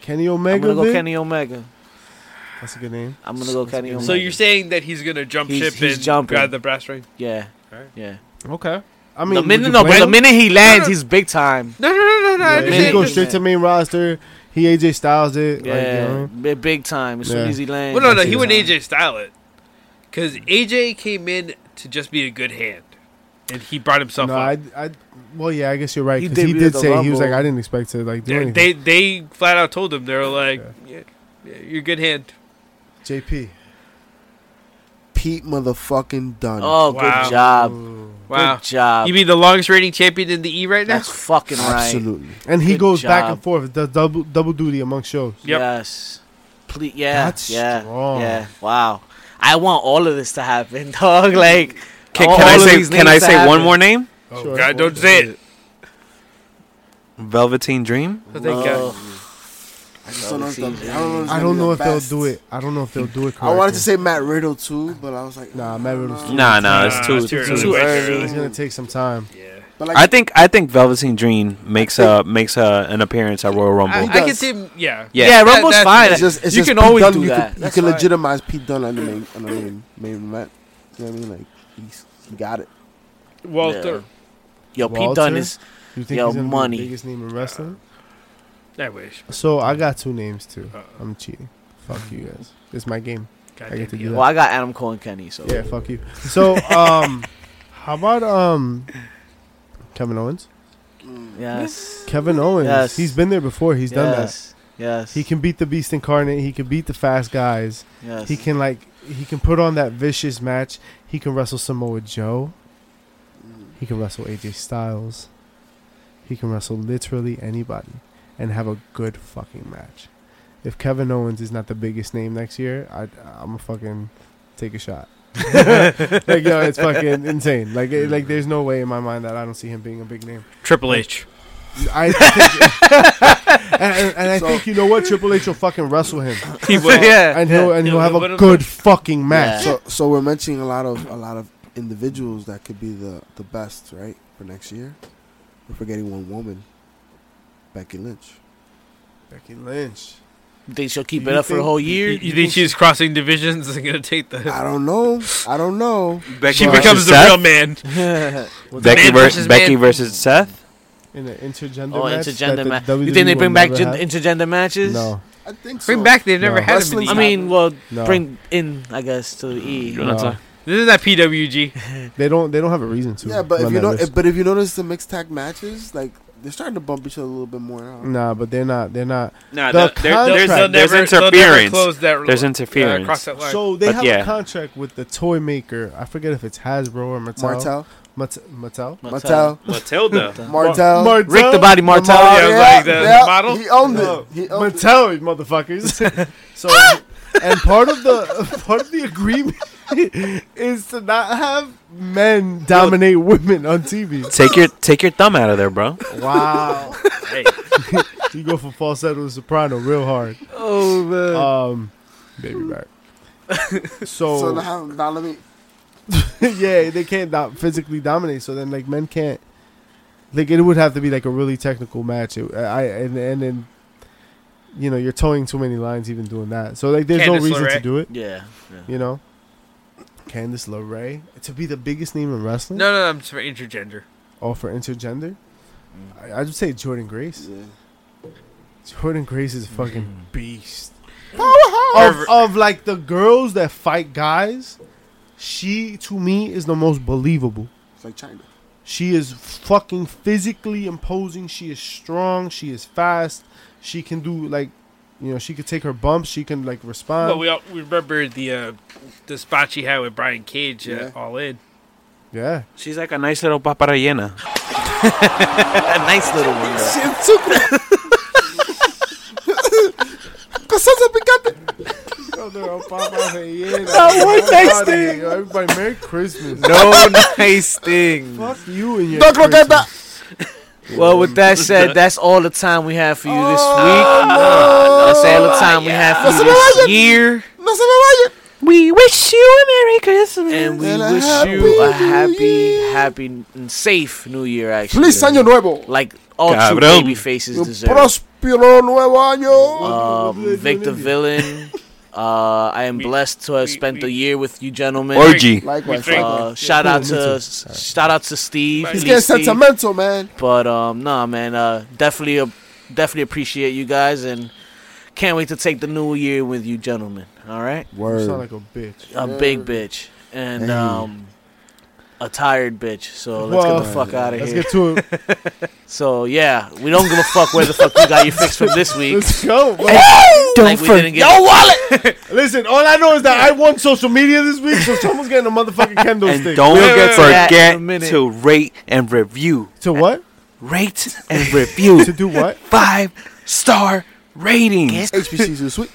Speaker 4: Kenny
Speaker 1: I'm
Speaker 4: Omega.
Speaker 1: gonna go
Speaker 4: Vic?
Speaker 1: Kenny Omega.
Speaker 4: That's a good name.
Speaker 1: I'm gonna go Kenny Omega.
Speaker 5: So you're saying that he's gonna jump
Speaker 1: He's-
Speaker 5: ship
Speaker 1: he's
Speaker 5: and
Speaker 1: jumping.
Speaker 5: grab the brass ring?
Speaker 1: yeah.
Speaker 5: Alright.
Speaker 1: Yeah.
Speaker 4: Okay. I mean,
Speaker 1: The
Speaker 4: would
Speaker 1: minute
Speaker 4: you
Speaker 1: no, but
Speaker 4: blame
Speaker 1: the
Speaker 4: him?
Speaker 1: minute he lands, he's big time.
Speaker 5: No, no, no, no, no. I
Speaker 4: Yeah, he
Speaker 5: understand.
Speaker 4: goes
Speaker 1: just-
Speaker 4: straight to main roster. He AJ Styles it. Yeah. Like, you know?
Speaker 1: Yeah, bi- big time. As soon
Speaker 4: Yeah.
Speaker 1: as he lands.
Speaker 5: Well, no, no.
Speaker 1: that's
Speaker 5: He
Speaker 1: big
Speaker 5: wouldn't
Speaker 1: time.
Speaker 5: AJ style it because AJ came in to just be a good hand, and he brought himself
Speaker 4: No,
Speaker 5: up.
Speaker 4: I, I, well, yeah, I guess you're right.
Speaker 1: He
Speaker 4: 'cause
Speaker 1: did
Speaker 4: He
Speaker 1: beat
Speaker 4: did
Speaker 1: the
Speaker 4: say he was
Speaker 1: Rumble.
Speaker 4: like, I didn't expect to like do
Speaker 5: They,
Speaker 4: anything.
Speaker 5: they they flat out told him they were like, yeah. yeah, you're a good hand.
Speaker 4: JP.
Speaker 6: Pete motherfucking Dunne.
Speaker 1: Oh,
Speaker 5: Wow.
Speaker 1: good job.
Speaker 5: Wow.
Speaker 1: Good job.
Speaker 5: You mean the longest reigning champion in the E right now?
Speaker 1: That's fucking right.
Speaker 6: Absolutely.
Speaker 4: And he
Speaker 1: Good
Speaker 4: goes back
Speaker 1: job.
Speaker 4: and forth, does double double duty among shows.
Speaker 5: Yep.
Speaker 1: Yes. Please. Yeah.
Speaker 4: That's
Speaker 1: yeah.
Speaker 4: strong.
Speaker 1: Yeah. Wow. I want all of this to happen, dog. Like,
Speaker 2: Can,
Speaker 1: all-
Speaker 2: can I
Speaker 1: all of
Speaker 2: say
Speaker 1: these
Speaker 2: can I
Speaker 1: names to
Speaker 2: say one
Speaker 1: happen.
Speaker 2: more name?
Speaker 5: Oh
Speaker 4: Sure.
Speaker 5: God, don't say it.
Speaker 2: Velveteen Dream.
Speaker 5: Oh, thank God.
Speaker 6: I just don't know if
Speaker 1: Well,
Speaker 6: they'll- I don't know, if
Speaker 4: I
Speaker 6: it's
Speaker 4: don't
Speaker 6: gonna
Speaker 4: know
Speaker 6: be
Speaker 4: if
Speaker 6: the best.
Speaker 4: they'll do it. I don't know if they'll do it. Correctly.
Speaker 6: I wanted to say Matt Riddle too, but I was like,
Speaker 4: Nah, Matt Riddle's too-
Speaker 2: Nah, nah,
Speaker 5: Nah,
Speaker 2: it's too,
Speaker 5: it's too
Speaker 2: too,
Speaker 5: early.
Speaker 1: Too early.
Speaker 4: It's gonna take some time.
Speaker 5: Yeah.
Speaker 6: But
Speaker 2: I
Speaker 6: like,
Speaker 2: think I think Velveteen Dream makes a makes a, an appearance at Royal
Speaker 5: I,
Speaker 2: Rumble.
Speaker 5: I can
Speaker 6: does?
Speaker 5: see him. Yeah.
Speaker 1: Yeah,
Speaker 2: yeah,
Speaker 1: Rumble's
Speaker 5: that's-
Speaker 1: fine.
Speaker 6: it's just, it's
Speaker 1: you
Speaker 6: just
Speaker 1: can
Speaker 6: Pete
Speaker 1: always
Speaker 6: Dunne,
Speaker 1: do
Speaker 6: you
Speaker 1: that.
Speaker 6: Can, you
Speaker 1: That's
Speaker 6: can
Speaker 1: fine.
Speaker 6: legitimize Pete Dunne on the main, on the main, main Matt. You know what I mean? Like, he's, he got it.
Speaker 5: Walter.
Speaker 1: Yo, Pete
Speaker 4: Walter?
Speaker 1: Dunne is.
Speaker 4: You think
Speaker 1: Yo,
Speaker 4: he's gonna be the
Speaker 1: money.
Speaker 4: biggest name in wrestling?
Speaker 5: I wish.
Speaker 4: So I got two names too.
Speaker 5: Uh-oh.
Speaker 4: I'm cheating. Fuck you guys. It's my game.
Speaker 5: God
Speaker 4: I get
Speaker 5: damn
Speaker 4: to
Speaker 5: you.
Speaker 4: do
Speaker 1: Well,
Speaker 4: that.
Speaker 1: I got Adam Cole and Kenny. So
Speaker 4: Yeah, fuck you. So um, how about um, Kevin Owens?
Speaker 1: yes,
Speaker 4: Kevin Owens.
Speaker 1: Yes.
Speaker 4: He's been there before. He's done that.
Speaker 1: yes, Yes.
Speaker 4: He can beat the Beast Incarnate. He can beat the fast guys.
Speaker 1: Yes.
Speaker 4: He can like he can put on that vicious match. He can wrestle Samoa Joe. He can wrestle AJ Styles. He can wrestle literally anybody and have a good fucking match. If Kevin Owens is not the biggest name next year, I I'm a fucking take a shot. like yo, it's fucking insane. Like it, like there's no way in my mind that I don't see him being a big name.
Speaker 5: Triple H.
Speaker 4: I think, and, and, and I think you know what Triple H will fucking wrestle him,
Speaker 5: He will. yeah.
Speaker 4: and he'll and
Speaker 5: Yeah,
Speaker 4: he'll have
Speaker 5: but
Speaker 4: a
Speaker 5: what
Speaker 4: good fucking match.
Speaker 6: So, so we're mentioning a lot of a lot of individuals that could be the the best, right, for next year. We're forgetting one woman, Becky Lynch.
Speaker 4: Becky Lynch.
Speaker 1: Think she'll keep
Speaker 4: Do
Speaker 1: it
Speaker 4: you
Speaker 1: up for the
Speaker 4: think-
Speaker 1: whole
Speaker 5: You,
Speaker 1: year?
Speaker 5: you think she's crossing divisions and gonna take the?
Speaker 6: I don't know. I don't know.
Speaker 2: Becky
Speaker 5: She
Speaker 2: versus
Speaker 5: becomes the
Speaker 2: Seth?
Speaker 5: real man.
Speaker 2: Becky,
Speaker 5: man
Speaker 2: ver-
Speaker 5: versus man.
Speaker 2: Becky versus Seth.
Speaker 4: in an intergender
Speaker 1: oh,
Speaker 4: match.
Speaker 1: intergender match.
Speaker 4: that the
Speaker 1: You think they
Speaker 4: WWE
Speaker 1: bring
Speaker 4: will
Speaker 1: back
Speaker 4: never
Speaker 1: gen-
Speaker 4: have?
Speaker 1: intergender matches?
Speaker 4: No,
Speaker 6: I think so.
Speaker 5: Bring back. They've never
Speaker 4: No.
Speaker 5: had him. In
Speaker 6: Wrestling's
Speaker 1: I
Speaker 5: the-
Speaker 6: not-
Speaker 1: mean, well,
Speaker 4: no.
Speaker 1: bring in, I guess, to the E.
Speaker 2: You're not
Speaker 4: No.
Speaker 2: talking-
Speaker 5: this is not PWG.
Speaker 4: they don't. They don't have a reason to.
Speaker 6: Yeah, but if
Speaker 4: run
Speaker 6: you
Speaker 4: that
Speaker 6: know,
Speaker 4: risk.
Speaker 6: but if you notice the mixed tag matches, like they're starting to bump each other a little bit more now.
Speaker 4: nah, but they're not. They're not.
Speaker 2: Nah,
Speaker 4: The
Speaker 2: the- there- there's,
Speaker 4: contract.
Speaker 2: Oh, there's
Speaker 7: They'll never- they'll never
Speaker 2: interference.
Speaker 7: close that-
Speaker 2: There's
Speaker 7: uh,
Speaker 2: interference.
Speaker 7: cross that line.
Speaker 4: So they
Speaker 2: But
Speaker 4: have
Speaker 2: yeah.
Speaker 4: a contract with the toy maker. I forget if it's Hasbro or Mattel.
Speaker 6: Martel,
Speaker 4: Mattel. Mattel.
Speaker 6: Martel,
Speaker 2: Matilda.
Speaker 6: Martel,
Speaker 4: Martel.
Speaker 1: Rick the Body Martel.
Speaker 6: Martel,
Speaker 5: yeah, like the model?
Speaker 6: He owned
Speaker 4: No.
Speaker 6: it. He owned it.
Speaker 4: Mattel, motherfuckers. so, and part of the part of the agreement is to not have men dominate women on TV.
Speaker 2: Take your take your thumb out of there, bro.
Speaker 4: Wow. you go for falsetto soprano real hard.
Speaker 1: Oh, man.
Speaker 4: Um, baby back.
Speaker 6: So
Speaker 4: So,
Speaker 6: now, now let me.
Speaker 4: yeah, they can't do- physically dominate. So then, like, men can't. Like, it would have to be like a really technical match. It, uh, I and and then, you know, you're towing too many lines even doing that. So like, there's
Speaker 5: Candice
Speaker 4: no reason to
Speaker 5: LeRae.
Speaker 4: do it.
Speaker 1: yeah.
Speaker 4: You know, Candice LeRae to be the biggest name in wrestling.
Speaker 5: No, no, I'm just for intergender.
Speaker 4: All for intergender. I, I'd say Jordan Grace.
Speaker 6: Yeah.
Speaker 4: Jordan Grace is a fucking beast. Of,
Speaker 5: Pervert.
Speaker 4: of like the girls that fight guys, she to me is the most believable.
Speaker 6: It's like China.
Speaker 4: She is fucking physically imposing. She is strong. She is fast. She can do like, you know, she could take her bumps. She can like respond.
Speaker 5: Well, we all, we remember the uh, the spot she had with Brian Cage uh,
Speaker 6: Yeah.
Speaker 5: all in.
Speaker 4: yeah,
Speaker 2: She's like a nice little paparayena.
Speaker 1: A nice little one, though.
Speaker 4: everybody, everybody, Merry Christmas.
Speaker 1: No nice thing.
Speaker 4: Fuck you and your.
Speaker 6: Don't look at that.
Speaker 1: Well, with that said, that's all the time we have for you this week. That's all the time we have for you this year.
Speaker 6: No se me vaya.
Speaker 1: We wish you a Merry Christmas. And we
Speaker 6: And a
Speaker 1: wish
Speaker 6: Happy
Speaker 1: you a
Speaker 6: New
Speaker 1: happy,
Speaker 6: Year.
Speaker 1: happy, and safe New Year, actually.
Speaker 6: Feliz año nuevo.
Speaker 1: Like all true
Speaker 2: Cabrón.
Speaker 1: baby faces
Speaker 6: Un
Speaker 1: deserve.
Speaker 6: próspero nuevo año.
Speaker 1: Um, Victor Villain. Uh, I am
Speaker 5: We-
Speaker 1: blessed to have
Speaker 5: we-
Speaker 1: spent
Speaker 5: we-
Speaker 1: the year with you gentlemen.
Speaker 2: Orgy.
Speaker 6: Likewise.
Speaker 5: We drink.
Speaker 1: Uh,
Speaker 6: likewise.
Speaker 1: shout out
Speaker 4: Yeah,
Speaker 1: to
Speaker 4: me too.
Speaker 1: shout out to Steve.
Speaker 5: Right.
Speaker 6: He's
Speaker 1: Lee
Speaker 6: getting
Speaker 1: Steve.
Speaker 6: sentimental, man.
Speaker 1: But um, nah, man, uh, definitely, uh, definitely appreciate you guys, and can't wait to take the new year with you, gentlemen. All right,
Speaker 4: You
Speaker 6: Word.
Speaker 4: sound like a bitch.
Speaker 1: a
Speaker 6: Yeah.
Speaker 1: big bitch and
Speaker 6: Hey.
Speaker 1: um, a tired bitch. So let's get the
Speaker 4: Well,
Speaker 1: fuck out of
Speaker 4: Let's
Speaker 1: here.
Speaker 4: get to it.
Speaker 1: so yeah, we don't give a fuck where the fuck you got your fix from this week.
Speaker 4: Let's go. bro.
Speaker 1: Don't forget your wallet.
Speaker 4: Listen, all I know is that I won social media this week, so someone's getting a motherfucking kendo
Speaker 2: And
Speaker 4: stick.
Speaker 2: don't
Speaker 1: We'll get to that in a
Speaker 2: forget
Speaker 1: minute.
Speaker 2: to rate and review.
Speaker 4: to what?
Speaker 2: Rate and review.
Speaker 4: To do what?
Speaker 2: Five star rating.
Speaker 6: HBC's is sweet.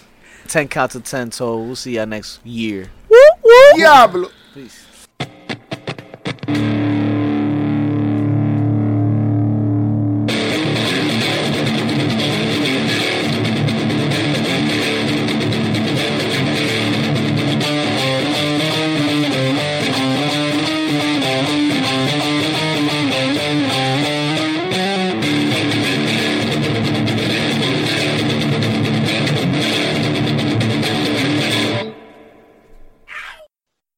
Speaker 1: Ten counts of ten. So we'll see y'all next year.
Speaker 6: Diablo.
Speaker 1: Peace.